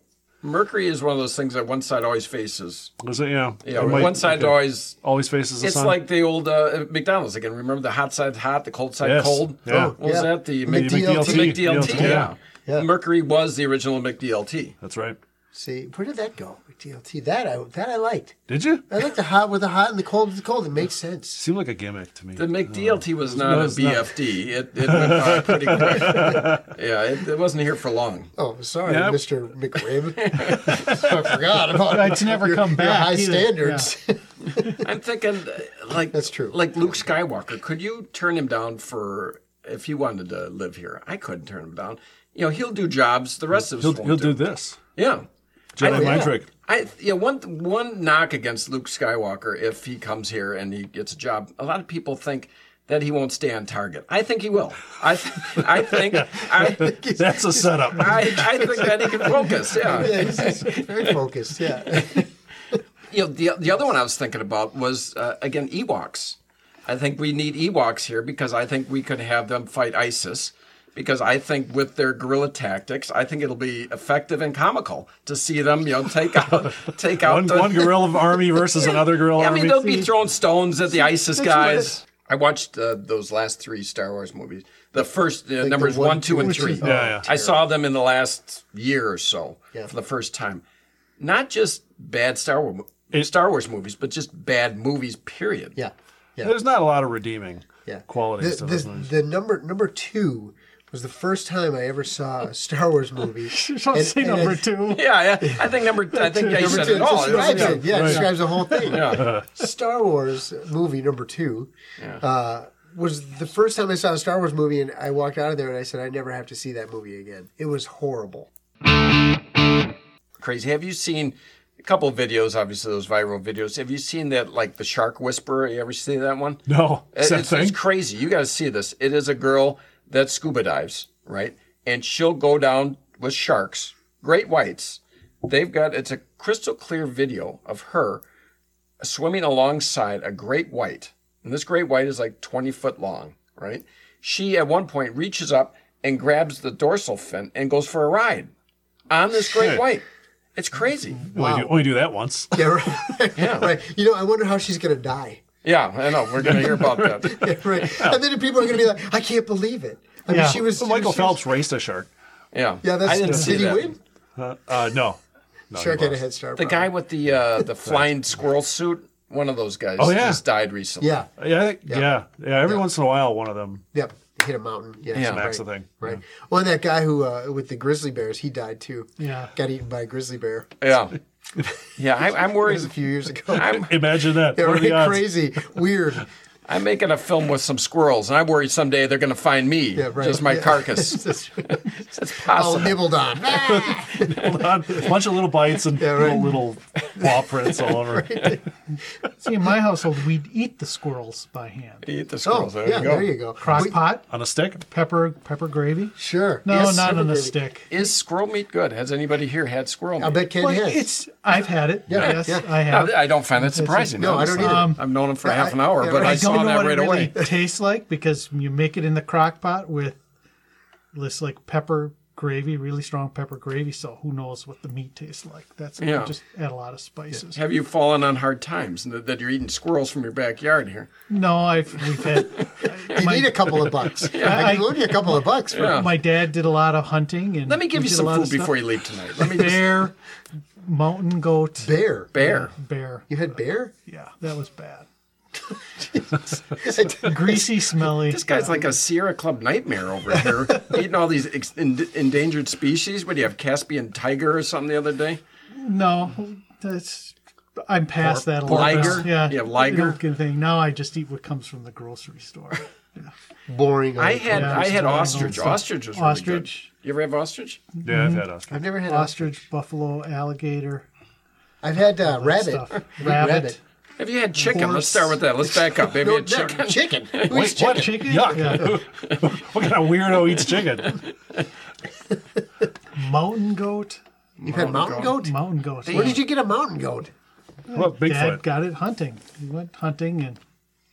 Speaker 4: Mercury is one of those things that one side always faces.
Speaker 3: Was it? Yeah.
Speaker 4: Yeah,
Speaker 3: It might-
Speaker 4: one side
Speaker 3: okay.
Speaker 4: always.
Speaker 3: always faces the
Speaker 4: It's
Speaker 3: sun.
Speaker 4: like the old uh, McDonald's again. Remember the hot side hot, the cold side
Speaker 3: Yes.
Speaker 4: cold.
Speaker 3: Yeah.
Speaker 4: What was
Speaker 2: Oh, Yeah.
Speaker 4: that? The
Speaker 2: Mc-
Speaker 4: Mc-
Speaker 2: DLT.
Speaker 4: McDLT.
Speaker 3: DLT,
Speaker 4: Yeah.
Speaker 3: yeah.
Speaker 2: Yeah.
Speaker 4: Mercury was the original McDLT.
Speaker 3: That's right.
Speaker 2: see, where did that go? DLT. That I that I liked.
Speaker 3: Did you?
Speaker 2: I like the hot with the hot and the cold with the cold. It makes sense.
Speaker 3: Seemed like a gimmick to me.
Speaker 4: The McDLT was not a
Speaker 3: it's Oh. not.
Speaker 4: BFD. It, it went by pretty quick. yeah, it, it wasn't here for long.
Speaker 2: Oh, sorry,
Speaker 3: Yeah.
Speaker 2: Mr. McRib. I forgot about
Speaker 5: It's never
Speaker 2: your-
Speaker 5: come
Speaker 2: your
Speaker 5: back
Speaker 2: high
Speaker 5: either.
Speaker 2: standards.
Speaker 4: I'm thinking, uh, like
Speaker 2: That's true.
Speaker 4: Like Luke Skywalker, could you turn him down for if he wanted to live here? I couldn't turn him down. You know, he'll do jobs. The rest of us
Speaker 3: he'll
Speaker 4: won't
Speaker 3: he'll do this.
Speaker 4: Yeah.
Speaker 3: Jedi
Speaker 4: I-
Speaker 3: mind
Speaker 4: yeah.
Speaker 3: trick.
Speaker 4: I yeah one one knock against Luke Skywalker if he comes here and he gets a job. A lot of people think that he won't stay on target. I think he will. I th- I think I.
Speaker 3: That's a setup.
Speaker 4: I, I think that he can focus. Yeah,
Speaker 2: Yeah, he's- he's very focused. Yeah.
Speaker 4: you know the the other one I was thinking about was uh, again Ewoks. I think we need Ewoks here because I think we could have them fight ISIS. Because I think with their guerrilla tactics, I think it'll be effective and comical to see them, you know, take out take out
Speaker 3: one,
Speaker 4: the,
Speaker 3: one gorilla army versus another gorilla
Speaker 4: Yeah, I mean, they'll
Speaker 3: army.
Speaker 4: be throwing stones at the ISIS
Speaker 2: that's what
Speaker 4: guys. I watched uh, those last three Star Wars movies. The first uh, numbers
Speaker 2: one,
Speaker 4: one, two, and
Speaker 2: two,
Speaker 4: three.
Speaker 2: three.
Speaker 3: Yeah, yeah.
Speaker 4: I saw them in the last year or so
Speaker 2: Yeah.
Speaker 4: for the first time. Not just bad Star Wars,
Speaker 3: It-
Speaker 4: Star Wars movies, but just bad movies. Period.
Speaker 2: Yeah. Yeah.
Speaker 3: There's not a lot of redeeming
Speaker 2: Yeah.
Speaker 3: qualities
Speaker 2: The,
Speaker 3: to
Speaker 2: the,
Speaker 3: those movies.
Speaker 2: the number number two was the first time I ever saw a Star Wars movie.
Speaker 5: Shall I
Speaker 2: And-
Speaker 5: say
Speaker 2: and
Speaker 5: number
Speaker 2: I-
Speaker 5: two.
Speaker 4: Yeah, yeah. I think number. I think yeah, you
Speaker 2: Number
Speaker 4: said
Speaker 2: two
Speaker 4: it all.
Speaker 2: describes
Speaker 4: Yeah.
Speaker 2: it. Yeah, it describes the whole thing.
Speaker 4: Yeah.
Speaker 2: Star Wars movie number two uh, was the first time I saw a Star Wars movie, and I walked out of there and I said, I never have to see that movie again. It was horrible.
Speaker 4: crazy. Have you seen a couple of videos? Obviously, those viral videos. Have you seen that, like the Shark Whisperer? You ever see that one?
Speaker 3: No,
Speaker 4: It-
Speaker 3: is that
Speaker 4: it's,
Speaker 3: thing?
Speaker 4: it's crazy. You got to see this. It is a girl that scuba dives, right? And she'll go down with sharks, great whites. They've got it's a crystal clear video of her swimming alongside a great white. And this great white is like 20 foot long, right? She at one point reaches up and grabs the dorsal fin and goes for a ride on this great
Speaker 3: Shit.
Speaker 4: white. It's crazy.
Speaker 3: Only, do, only do that once.
Speaker 2: Yeah, right. right. You know, I wonder how she's going to die.
Speaker 4: Yeah, I know. We're going to hear about that.
Speaker 2: Yeah, right. And then people are going to be like, I can't believe it. I mean,
Speaker 5: Yeah.
Speaker 2: she was.
Speaker 3: Well, Michael
Speaker 2: she was-
Speaker 3: Phelps raced a shark.
Speaker 4: Yeah.
Speaker 2: Yeah, that's.
Speaker 4: I didn't see
Speaker 2: did he
Speaker 4: that.
Speaker 2: win?
Speaker 3: Uh, uh, no. no he
Speaker 2: Shark had a
Speaker 3: lost.
Speaker 2: head start.
Speaker 4: The
Speaker 2: probably.
Speaker 4: guy with the uh, the flying squirrel suit, one of those guys,
Speaker 3: Oh, yeah.
Speaker 4: just died recently.
Speaker 2: Yeah.
Speaker 3: Yeah, I think, yeah, yeah, Every once in a while, one of them
Speaker 2: Yep. Hit a mountain. Yeah.
Speaker 4: Yeah.
Speaker 2: right.
Speaker 3: smacks a thing.
Speaker 2: Right. Well, and that guy who uh, with the grizzly bears, he died too.
Speaker 5: Yeah.
Speaker 2: Got eaten by a grizzly bear.
Speaker 4: yeah, yeah. I, I'm
Speaker 2: It
Speaker 4: worried.
Speaker 2: was a few years ago.
Speaker 4: I'm
Speaker 3: Imagine that.
Speaker 2: yeah,
Speaker 3: what are
Speaker 2: right,
Speaker 3: the odds?
Speaker 2: crazy, weird.
Speaker 4: I'm making a film with some squirrels, and I worry someday they're going to find me,
Speaker 2: Yeah, right.
Speaker 4: just my
Speaker 2: Yeah.
Speaker 4: carcass.
Speaker 2: That's
Speaker 4: That's
Speaker 2: all
Speaker 4: possible.
Speaker 2: nibbled on. Ah!
Speaker 3: Hold on. Bunch of little bites and
Speaker 2: Yeah, right.
Speaker 3: little, little paw prints all over.
Speaker 5: See, in my household, we'd eat the squirrels by hand.
Speaker 4: Eat the
Speaker 2: oh,
Speaker 4: squirrels. there
Speaker 2: yeah.
Speaker 4: you go.
Speaker 2: There you go.
Speaker 5: Crock
Speaker 2: We-
Speaker 5: pot,
Speaker 3: On a stick?
Speaker 5: pepper, pepper gravy.
Speaker 2: Sure.
Speaker 5: No,
Speaker 2: Yes,
Speaker 5: not
Speaker 2: super
Speaker 5: on a
Speaker 2: gravy.
Speaker 5: stick.
Speaker 4: Is squirrel meat good? Has anybody here had squirrel meat?
Speaker 2: I bet Ken
Speaker 5: Well,
Speaker 2: has.
Speaker 5: it's I've had it.
Speaker 2: Yeah,
Speaker 5: yes,
Speaker 2: yeah.
Speaker 5: I have.
Speaker 4: I don't find that surprising.
Speaker 2: No, I don't
Speaker 4: honestly.
Speaker 2: either.
Speaker 5: um,
Speaker 4: I've known him for
Speaker 2: Yeah,
Speaker 4: half an
Speaker 2: I-
Speaker 4: hour,
Speaker 2: yeah,
Speaker 4: but
Speaker 2: right.
Speaker 4: I,
Speaker 2: I
Speaker 5: I don't
Speaker 4: saw
Speaker 5: know
Speaker 4: that
Speaker 5: what
Speaker 4: right
Speaker 5: it really
Speaker 4: away.
Speaker 5: tastes like because you make it in the crock pot with this like pepper gravy, really strong pepper gravy. So who knows what the meat tastes like? That's I
Speaker 4: Yeah.
Speaker 5: just add a lot of spices.
Speaker 4: Have you fallen on hard times and that that you're eating squirrels from your backyard here?
Speaker 5: No, I've we've had.
Speaker 2: you need a couple of bucks. I
Speaker 5: I-
Speaker 2: can loan you a couple of bucks. For,
Speaker 5: my dad did a lot of hunting and
Speaker 4: Let me give
Speaker 5: we
Speaker 4: you
Speaker 5: did a
Speaker 4: some
Speaker 5: lot of
Speaker 4: food
Speaker 5: stuff.
Speaker 4: before you leave tonight. Let me just
Speaker 5: Bear, mountain goat,
Speaker 2: Bear.
Speaker 4: bear.
Speaker 5: bear.
Speaker 2: You had bear?
Speaker 5: Yeah, that was bad.
Speaker 2: I did-
Speaker 5: Greasy, smelly.
Speaker 4: This guy's like a Sierra Club nightmare over here, eating all these ex- en- endangered species. What do you have, Caspian tiger or something the other day?
Speaker 5: No, that's I'm past that a little
Speaker 4: Liger?
Speaker 5: bit. Yeah,
Speaker 4: You have liger?
Speaker 5: Little Good thing. Now I just eat what comes from the grocery store.
Speaker 2: boring.
Speaker 4: I had
Speaker 5: Yeah,
Speaker 4: I
Speaker 5: it's
Speaker 4: had
Speaker 5: all
Speaker 4: ostrich.
Speaker 5: stuff.
Speaker 4: Ostrich was really good.
Speaker 5: Ostrich,
Speaker 4: You ever have ostrich?
Speaker 3: Yeah,
Speaker 2: Mm-hmm.
Speaker 3: I've had ostrich.
Speaker 2: I've never had ostrich.
Speaker 5: ostrich, buffalo, alligator,
Speaker 2: I've had uh, rabbit.
Speaker 5: stuff.
Speaker 2: Rabbit.
Speaker 5: rabbit,
Speaker 4: Have you had chicken? Let's
Speaker 5: Horse.
Speaker 4: start with that. Let's back up. Maybe
Speaker 2: No,
Speaker 4: a chicken.
Speaker 2: no, chicken. Who eats
Speaker 3: what?
Speaker 2: chicken?
Speaker 5: chicken,
Speaker 3: Yuck.
Speaker 5: Yeah.
Speaker 3: What kind of weirdo eats chicken?
Speaker 5: mountain goat,
Speaker 2: You've had mountain goat?
Speaker 5: mountain goat.
Speaker 2: Where did you get a mountain goat?
Speaker 3: What
Speaker 5: Dad
Speaker 3: Bigfoot?
Speaker 5: got it hunting. He went hunting and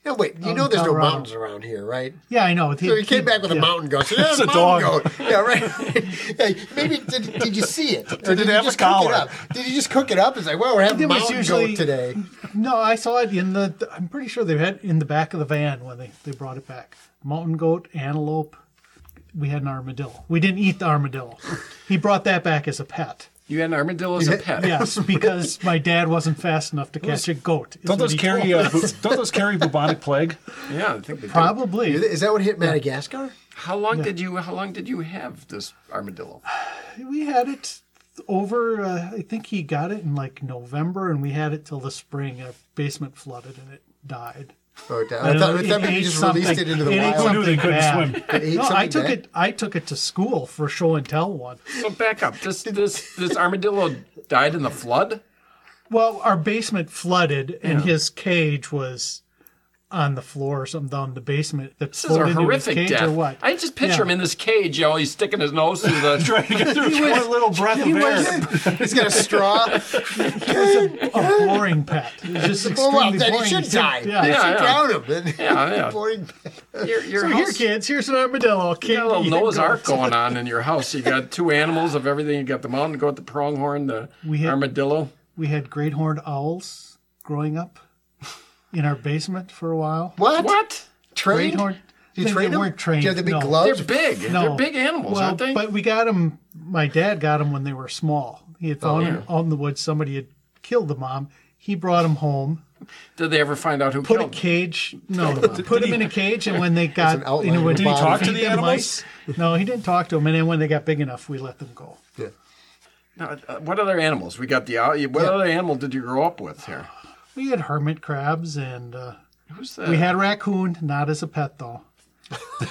Speaker 2: No, wait. You
Speaker 5: Um,
Speaker 2: know there's no
Speaker 5: Colorado.
Speaker 2: mountains around here, right?
Speaker 5: yeah, I know.
Speaker 2: So he came back with a
Speaker 5: yeah.
Speaker 2: mountain goat. So yeah,
Speaker 3: It's a
Speaker 2: mountain
Speaker 3: dog.
Speaker 2: goat. Yeah, right. Hey, maybe did, did you see it? Or Did,
Speaker 3: it
Speaker 2: you
Speaker 3: have a
Speaker 2: just cook
Speaker 3: collar?
Speaker 2: it up? Did you just cook it up? It's like, well, we're having
Speaker 5: It was
Speaker 2: mountain
Speaker 5: usually-
Speaker 2: goat today.
Speaker 5: No, I saw it in the. I'm pretty sure they had it in the back of the van when they they brought it back. Mountain goat, antelope. We had an armadillo. We didn't eat the armadillo. He brought that back as a pet.
Speaker 4: You had an armadillo as a pet.
Speaker 5: Yes, because my dad wasn't fast enough to catch a goat. is
Speaker 3: Don't
Speaker 5: what
Speaker 3: those
Speaker 5: he
Speaker 3: carry
Speaker 5: told
Speaker 3: uh,
Speaker 5: us.
Speaker 3: bu- don't those carry bubonic plague?
Speaker 4: Yeah, I think they did.
Speaker 5: Probably.
Speaker 2: Is that what hit Madagascar?
Speaker 4: How long did you How long did you have this armadillo?
Speaker 5: We had it over. Uh, I think he got it in like November, and we had it till the spring. Our basement flooded, and it died.
Speaker 2: Oh, I,
Speaker 5: don't
Speaker 2: thought,
Speaker 5: know,
Speaker 2: I thought maybe
Speaker 5: ate
Speaker 2: you just
Speaker 5: something-
Speaker 2: released it into the
Speaker 5: ate
Speaker 3: Who
Speaker 2: wild.
Speaker 3: knew they
Speaker 5: something
Speaker 3: couldn't
Speaker 5: bad.
Speaker 3: swim?
Speaker 2: It ate
Speaker 5: No, I
Speaker 2: something
Speaker 5: took
Speaker 2: bad?
Speaker 5: it. I took it to school for show and tell one.
Speaker 4: So back up. This this this armadillo died in the flood.
Speaker 5: Well, our basement flooded, and his cage was on the floor or something down in the basement. That
Speaker 4: This is a
Speaker 5: floated into his
Speaker 4: horrific
Speaker 5: cage
Speaker 4: death.
Speaker 5: or what?
Speaker 4: I just picture him
Speaker 5: Yeah.
Speaker 4: in this cage. You know, he's sticking his nose through the.
Speaker 3: Trying to get through one little breath of air.
Speaker 2: He's got a straw.
Speaker 5: a boring pet. It was just
Speaker 2: Well,
Speaker 5: extremely
Speaker 2: well, then
Speaker 5: boring.
Speaker 2: he should die.
Speaker 5: Yeah.
Speaker 2: They
Speaker 4: Yeah,
Speaker 2: should
Speaker 4: yeah.
Speaker 2: drown him. Then-
Speaker 4: Yeah, yeah.
Speaker 2: Boring.
Speaker 4: Your, your
Speaker 5: So here,
Speaker 4: house,
Speaker 5: kids, here's an armadillo.
Speaker 4: you
Speaker 5: Can't
Speaker 4: got a little
Speaker 5: eat
Speaker 4: Noah's
Speaker 5: goats.
Speaker 4: Ark going on in your house. You got two animals of everything. You got the mountain goat, the pronghorn, the
Speaker 5: We had-
Speaker 4: armadillo.
Speaker 5: We had great horned owls growing up in our basement for a while.
Speaker 2: What?
Speaker 4: What?
Speaker 5: Great
Speaker 2: Trained?
Speaker 5: horned.
Speaker 2: You
Speaker 5: they,
Speaker 2: trained
Speaker 5: they
Speaker 2: them?
Speaker 5: weren't trained.
Speaker 2: Do you have the big
Speaker 5: no.
Speaker 4: They're
Speaker 2: gloves?
Speaker 4: big.
Speaker 5: No.
Speaker 4: They're big animals,
Speaker 5: well,
Speaker 4: aren't they?
Speaker 5: But we got them. My dad got them when they were small. He had
Speaker 2: Oh,
Speaker 5: found them out in the woods. Somebody had killed the mom. He brought them home.
Speaker 4: Did they ever find out who
Speaker 5: Put
Speaker 4: killed
Speaker 5: a
Speaker 4: them?
Speaker 5: cage. No, put them in a cage, and when they got,
Speaker 2: an outline
Speaker 5: you know, when
Speaker 2: of a Did he
Speaker 3: talk to
Speaker 5: feed
Speaker 3: the
Speaker 5: them
Speaker 3: animals?
Speaker 5: mice- no, he didn't talk to them. And then when they got big enough, we let them go.
Speaker 2: Yeah.
Speaker 4: Now, uh, what other animals? We got the owl. What other animal did you grow up with here?
Speaker 5: We had hermit crabs, and uh,
Speaker 4: Who's that?
Speaker 5: we had a raccoon. Not as a pet though,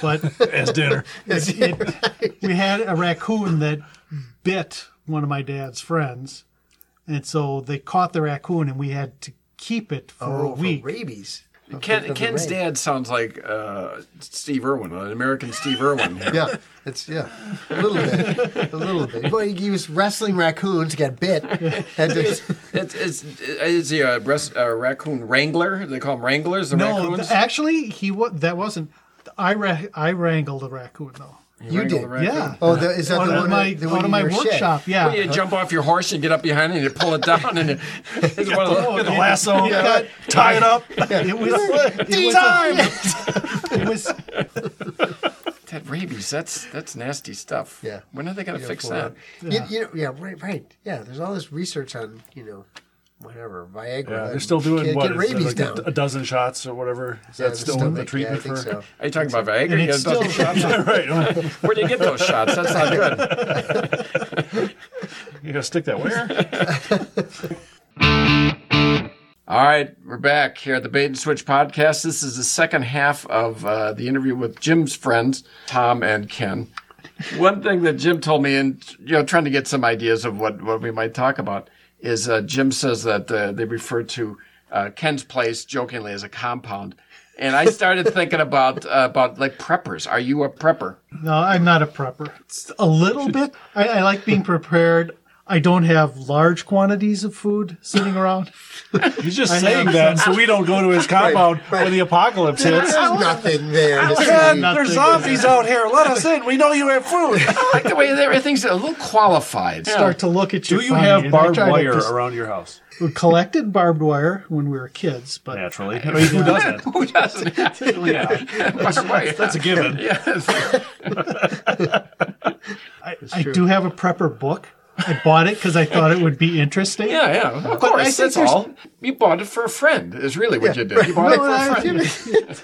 Speaker 5: but
Speaker 3: As dinner.
Speaker 5: we had a raccoon that bit one of my dad's friends, and so they caught the raccoon, and we had to keep it for a
Speaker 2: Oh, for
Speaker 5: week.
Speaker 2: rabies.
Speaker 4: Ken,
Speaker 2: of the
Speaker 4: Ken's
Speaker 2: rain.
Speaker 4: dad sounds like uh, Steve Irwin, an American Steve Irwin. here.
Speaker 2: Yeah, it's yeah, a little bit, a little bit. But he was wrestling raccoons, got bit. uh, Had to,
Speaker 4: It's, it's, is he a, breast, a raccoon wrangler? They call them wranglers, the
Speaker 5: No,
Speaker 4: raccoons?
Speaker 5: th- actually, he wa- that wasn't. I ra- I wrangled a raccoon though.
Speaker 2: you
Speaker 4: wrangle
Speaker 2: did.
Speaker 4: the raccoon.
Speaker 5: Yeah.
Speaker 2: Oh, the, is that
Speaker 5: Out
Speaker 2: the
Speaker 5: of
Speaker 2: one?
Speaker 5: my
Speaker 2: that- the
Speaker 5: out
Speaker 2: one
Speaker 5: of
Speaker 2: in
Speaker 5: my
Speaker 2: your shed?
Speaker 5: workshop.
Speaker 4: Well,
Speaker 5: Yeah.
Speaker 4: you jump off your horse and get up behind it and you pull it down and you, it's one of those-
Speaker 3: Get the lasso, tie it up.
Speaker 5: It was, it was It was
Speaker 4: that rabies. That's that's nasty stuff.
Speaker 2: Yeah.
Speaker 4: When are they gonna fix
Speaker 2: pull
Speaker 4: that?
Speaker 2: You, you know, yeah, right, right. Yeah, there's all this research on you know, whatever Viagra.
Speaker 3: Yeah, they're
Speaker 2: and
Speaker 3: still doing
Speaker 2: get,
Speaker 3: what
Speaker 2: Get
Speaker 3: is it,
Speaker 2: rabies
Speaker 3: like
Speaker 2: down.
Speaker 3: a dozen shots or whatever. Is
Speaker 2: Yeah,
Speaker 3: that
Speaker 2: they're
Speaker 3: still
Speaker 2: still
Speaker 3: the
Speaker 2: making-
Speaker 3: treatment
Speaker 2: yeah, I think
Speaker 3: for?
Speaker 4: Are you talking about Viagra?
Speaker 5: and
Speaker 4: You
Speaker 5: it's
Speaker 4: don't-
Speaker 5: still
Speaker 3: right,
Speaker 4: Where do you get those shots? That's not good.
Speaker 3: you gotta stick that where?
Speaker 4: All right, we're back here at the Bait and Switch podcast. This is the second half of uh, the interview with Jim's friends, Tom and Ken. One thing that Jim told me, and you know, trying to get some ideas of what, what we might talk about, is uh, Jim says that uh, they refer to uh, Ken's place jokingly as a compound, and I started thinking about uh, about like preppers. Are you a prepper?
Speaker 5: No, I'm not a prepper. It's a little bit. I, I like being prepared. I don't have large quantities of food sitting around.
Speaker 3: He's just saying that so we don't go to his compound when the apocalypse hits.
Speaker 2: There's nothing there. to see.
Speaker 5: Nothing.
Speaker 3: there's zombies out here. Let us in. We know you have food.
Speaker 4: I like the way that everything's a little qualified.
Speaker 5: Start to look at you.
Speaker 3: Do you
Speaker 5: funny,
Speaker 3: have
Speaker 5: and I
Speaker 3: barbed
Speaker 5: try to
Speaker 3: wire
Speaker 5: just-
Speaker 3: around your house?
Speaker 5: We collected barbed wire when we were kids, but
Speaker 3: Naturally. I mean, who doesn't?
Speaker 4: Who doesn't?
Speaker 3: yeah. That's a given.
Speaker 4: Yes.
Speaker 5: I, I do have a prepper book. I bought it because I thought it would be interesting.
Speaker 4: Yeah, yeah. Of
Speaker 5: I
Speaker 4: course,
Speaker 5: think
Speaker 4: that's
Speaker 5: there's-
Speaker 4: all. You bought it for a friend. Is really what you did. You bought
Speaker 5: No,
Speaker 4: it
Speaker 5: I-
Speaker 4: for a friend.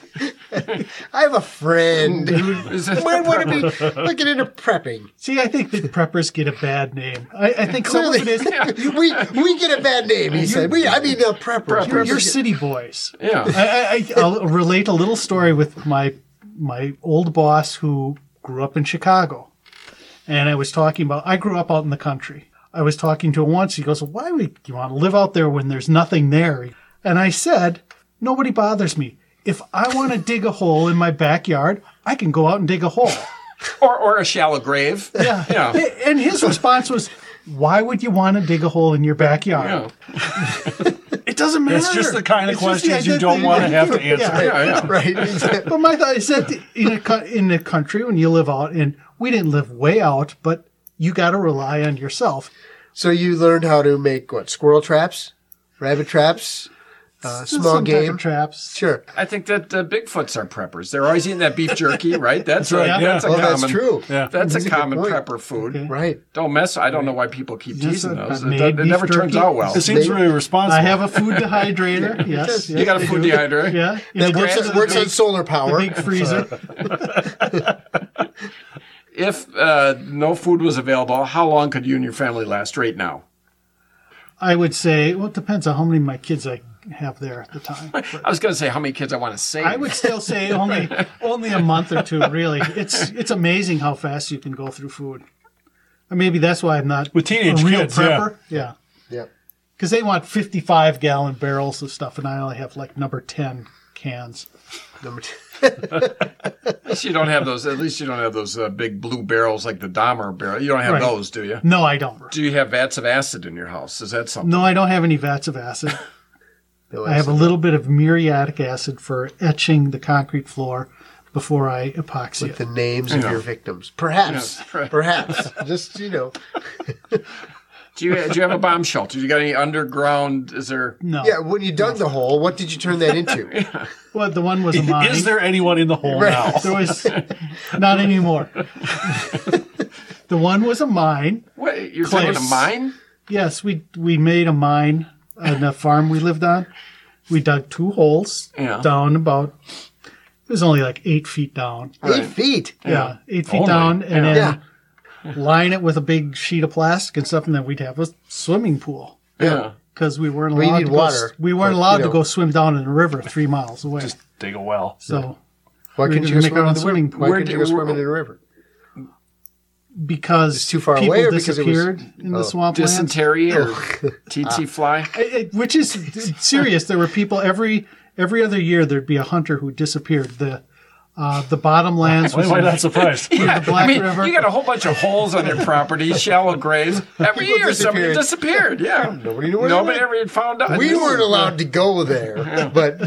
Speaker 2: I have a friend.
Speaker 4: Is it-
Speaker 2: Why would we looking into prepping?
Speaker 5: See, I think that preppers get a bad name. I, I think some of it is
Speaker 2: we we get a bad name. He said. We, I mean, uh, preppers.
Speaker 5: you're,
Speaker 2: Preppers
Speaker 5: you're
Speaker 2: get-
Speaker 5: city boys.
Speaker 4: Yeah.
Speaker 5: I, I, I, I'll relate a little story with my my old boss who grew up in Chicago, and I was talking about I grew up out in the country. I was talking to him once. He goes, "Why would you want to live out there when there's nothing there?" And I said, "Nobody bothers me. If I want to dig a hole in my backyard, I can go out and dig a hole."
Speaker 4: Or or a shallow grave. Yeah. Yeah.
Speaker 5: And his response was, "Why would you want to dig a hole in your backyard?"
Speaker 4: Yeah.
Speaker 5: It doesn't matter.
Speaker 3: It's just the kind of
Speaker 5: It's just the
Speaker 3: questions you
Speaker 5: idea
Speaker 3: don't
Speaker 5: that-
Speaker 3: want to have to answer.
Speaker 4: Yeah. yeah.
Speaker 2: right. exactly.
Speaker 5: But my thought is that in a co- in the country when you live out, and we didn't live way out, but you got to rely on yourself.
Speaker 2: So you learned how to make what squirrel traps, rabbit traps, uh, small
Speaker 5: Some type of
Speaker 2: game.
Speaker 5: traps.
Speaker 2: Sure.
Speaker 4: I think that uh, Bigfoots are preppers. They're always eating that beef jerky, right? That's right.
Speaker 5: Yeah.
Speaker 4: That's a
Speaker 2: Well,
Speaker 4: common.
Speaker 5: um,
Speaker 2: that's true.
Speaker 3: Yeah.
Speaker 4: That's
Speaker 2: That's
Speaker 4: a
Speaker 2: a good
Speaker 4: common
Speaker 2: point.
Speaker 4: prepper food.
Speaker 2: Right.
Speaker 4: Don't mess. I don't know why people keep teasing
Speaker 5: a
Speaker 4: those. It,
Speaker 5: made
Speaker 4: it
Speaker 5: beef
Speaker 4: never turns
Speaker 5: jerky.
Speaker 4: out well.
Speaker 3: It seems really responsible.
Speaker 5: I have a food dehydrator. Yes,
Speaker 4: You
Speaker 5: yes,
Speaker 4: got a
Speaker 5: I
Speaker 4: food
Speaker 5: do.
Speaker 4: dehydrator.
Speaker 5: Yeah,
Speaker 2: That works,
Speaker 4: grabs
Speaker 2: on-
Speaker 4: the
Speaker 2: works on
Speaker 4: big-
Speaker 2: solar power.
Speaker 5: big freezer.
Speaker 4: If uh, no food was available, how long could you and your family last right now?
Speaker 5: I would say. Well, it depends on how many of my kids I have there at the time.
Speaker 4: I was going to say how many kids I want to save.
Speaker 5: I would still say only only a month or two. Really, it's it's amazing how fast you can go through food. Or maybe that's why I'm not
Speaker 3: With teenage
Speaker 5: a real
Speaker 3: kids, yeah.
Speaker 5: prepper. yeah.
Speaker 2: Yep.
Speaker 5: because they want 55 gallon barrels of stuff and i only have like number 10 cans
Speaker 2: Number two.
Speaker 4: At least you don't have those. At least you don't have those uh, big blue barrels like the Dahmer barrel. You don't have
Speaker 5: Right.
Speaker 4: those, do you?
Speaker 5: no i don't
Speaker 4: Do you have vats of acid in your house? Is that something?
Speaker 5: no i don't have any vats of acid
Speaker 2: No,
Speaker 5: i have a little bit of muriatic acid for etching the concrete floor before i epoxy
Speaker 2: with
Speaker 5: it
Speaker 2: the names of your victims. Perhaps.
Speaker 4: Yes, right.
Speaker 2: Perhaps. Just you know.
Speaker 4: Do you? Do you have a bomb shelter? Do you got any underground? Is there?
Speaker 5: no
Speaker 2: Yeah. When you dug the hole, what did you turn that into?
Speaker 5: well the one was a mine
Speaker 3: Is there anyone in the hole now?
Speaker 5: There was not anymore the one was a mine
Speaker 4: What, you're taking a
Speaker 5: Close.
Speaker 4: mine?
Speaker 5: yes we we made a mine on the farm we lived on we dug two holes
Speaker 4: Yeah.
Speaker 5: down about it was only like eight feet down
Speaker 2: Eight feet.
Speaker 5: Yeah, eight feet
Speaker 4: Only.
Speaker 5: down, and
Speaker 2: Yeah.
Speaker 5: then line it with a big sheet of plastic and stuff, and then we'd have a swimming pool
Speaker 4: Yeah.
Speaker 5: because we weren't
Speaker 2: We
Speaker 5: allowed
Speaker 2: need
Speaker 5: to Go,
Speaker 2: water,
Speaker 5: s- we weren't
Speaker 2: but,
Speaker 5: allowed
Speaker 2: you
Speaker 5: to
Speaker 2: know.
Speaker 5: go swim down in the river three miles away.
Speaker 3: Just dig a well.
Speaker 5: so
Speaker 2: Why
Speaker 5: We
Speaker 2: couldn't
Speaker 5: didn't
Speaker 2: you go swim
Speaker 5: make our own
Speaker 2: in the
Speaker 5: swimming
Speaker 2: river?
Speaker 5: pool.
Speaker 2: Why
Speaker 4: Where
Speaker 2: couldn't you
Speaker 4: did-
Speaker 2: go swim in
Speaker 4: where-
Speaker 2: the river?
Speaker 5: because
Speaker 2: too far
Speaker 5: people
Speaker 2: away or because it was-
Speaker 5: disappeared in the
Speaker 2: oh.
Speaker 5: swamplands,
Speaker 2: Ah.
Speaker 4: Dysentery or TT fly?
Speaker 5: I- I- which is serious. There were people every every other year there'd be a hunter who disappeared. The uh, the bottomlands
Speaker 3: Why
Speaker 5: was
Speaker 3: am I not surprised?
Speaker 5: the Black
Speaker 4: I mean,
Speaker 5: River.
Speaker 4: you got a whole bunch of holes on your property, shallow graves. Every
Speaker 2: People
Speaker 4: year, somebody disappeared. Yeah,
Speaker 2: Nobody knew where they
Speaker 4: Nobody
Speaker 2: went.
Speaker 4: ever found out.
Speaker 2: We
Speaker 4: This
Speaker 2: weren't
Speaker 4: is-
Speaker 2: allowed to go there, but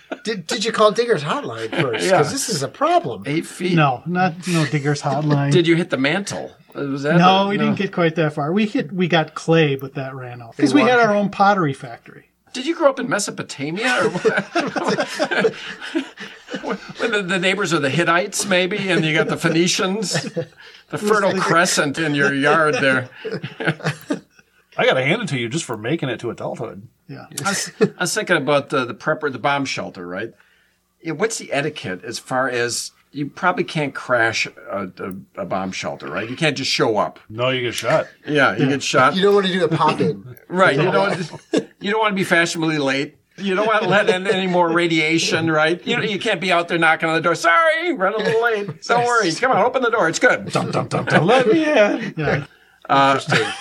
Speaker 2: did, did you call Digger's Hotline first? Because
Speaker 4: Yeah.
Speaker 2: this is a problem.
Speaker 4: eight feet.
Speaker 5: no, not no diggers hotline.
Speaker 4: Did you hit the mantle? Was that
Speaker 5: no,
Speaker 4: the-
Speaker 5: we didn't get quite that far. We hit we got clay, but that ran out because we had our own pottery factory.
Speaker 4: Did you grow up in Mesopotamia, or what? when the, the neighbors are the Hittites, maybe, and you got the Phoenicians, the Fertile Crescent in your yard there?
Speaker 3: I got to hand it to you just for making it to adulthood.
Speaker 5: Yeah,
Speaker 4: I was, I was thinking about the, the prepper, the bomb shelter, right? Yeah, what's the etiquette as far as you probably can't crash a, a, a bomb shelter, right? You can't just show up.
Speaker 3: No, you get shot.
Speaker 4: Yeah, you get shot.
Speaker 2: You don't want to do a pop in.
Speaker 4: right. You don't. You don't want to be fashionably late. You don't want to let in any more radiation, right? You know, you can't be out there knocking on the door. Sorry, run a little late. Don't worry. Come on, open the door. It's good. Dum, dum, dum, dum.
Speaker 3: Let me in.
Speaker 5: yeah.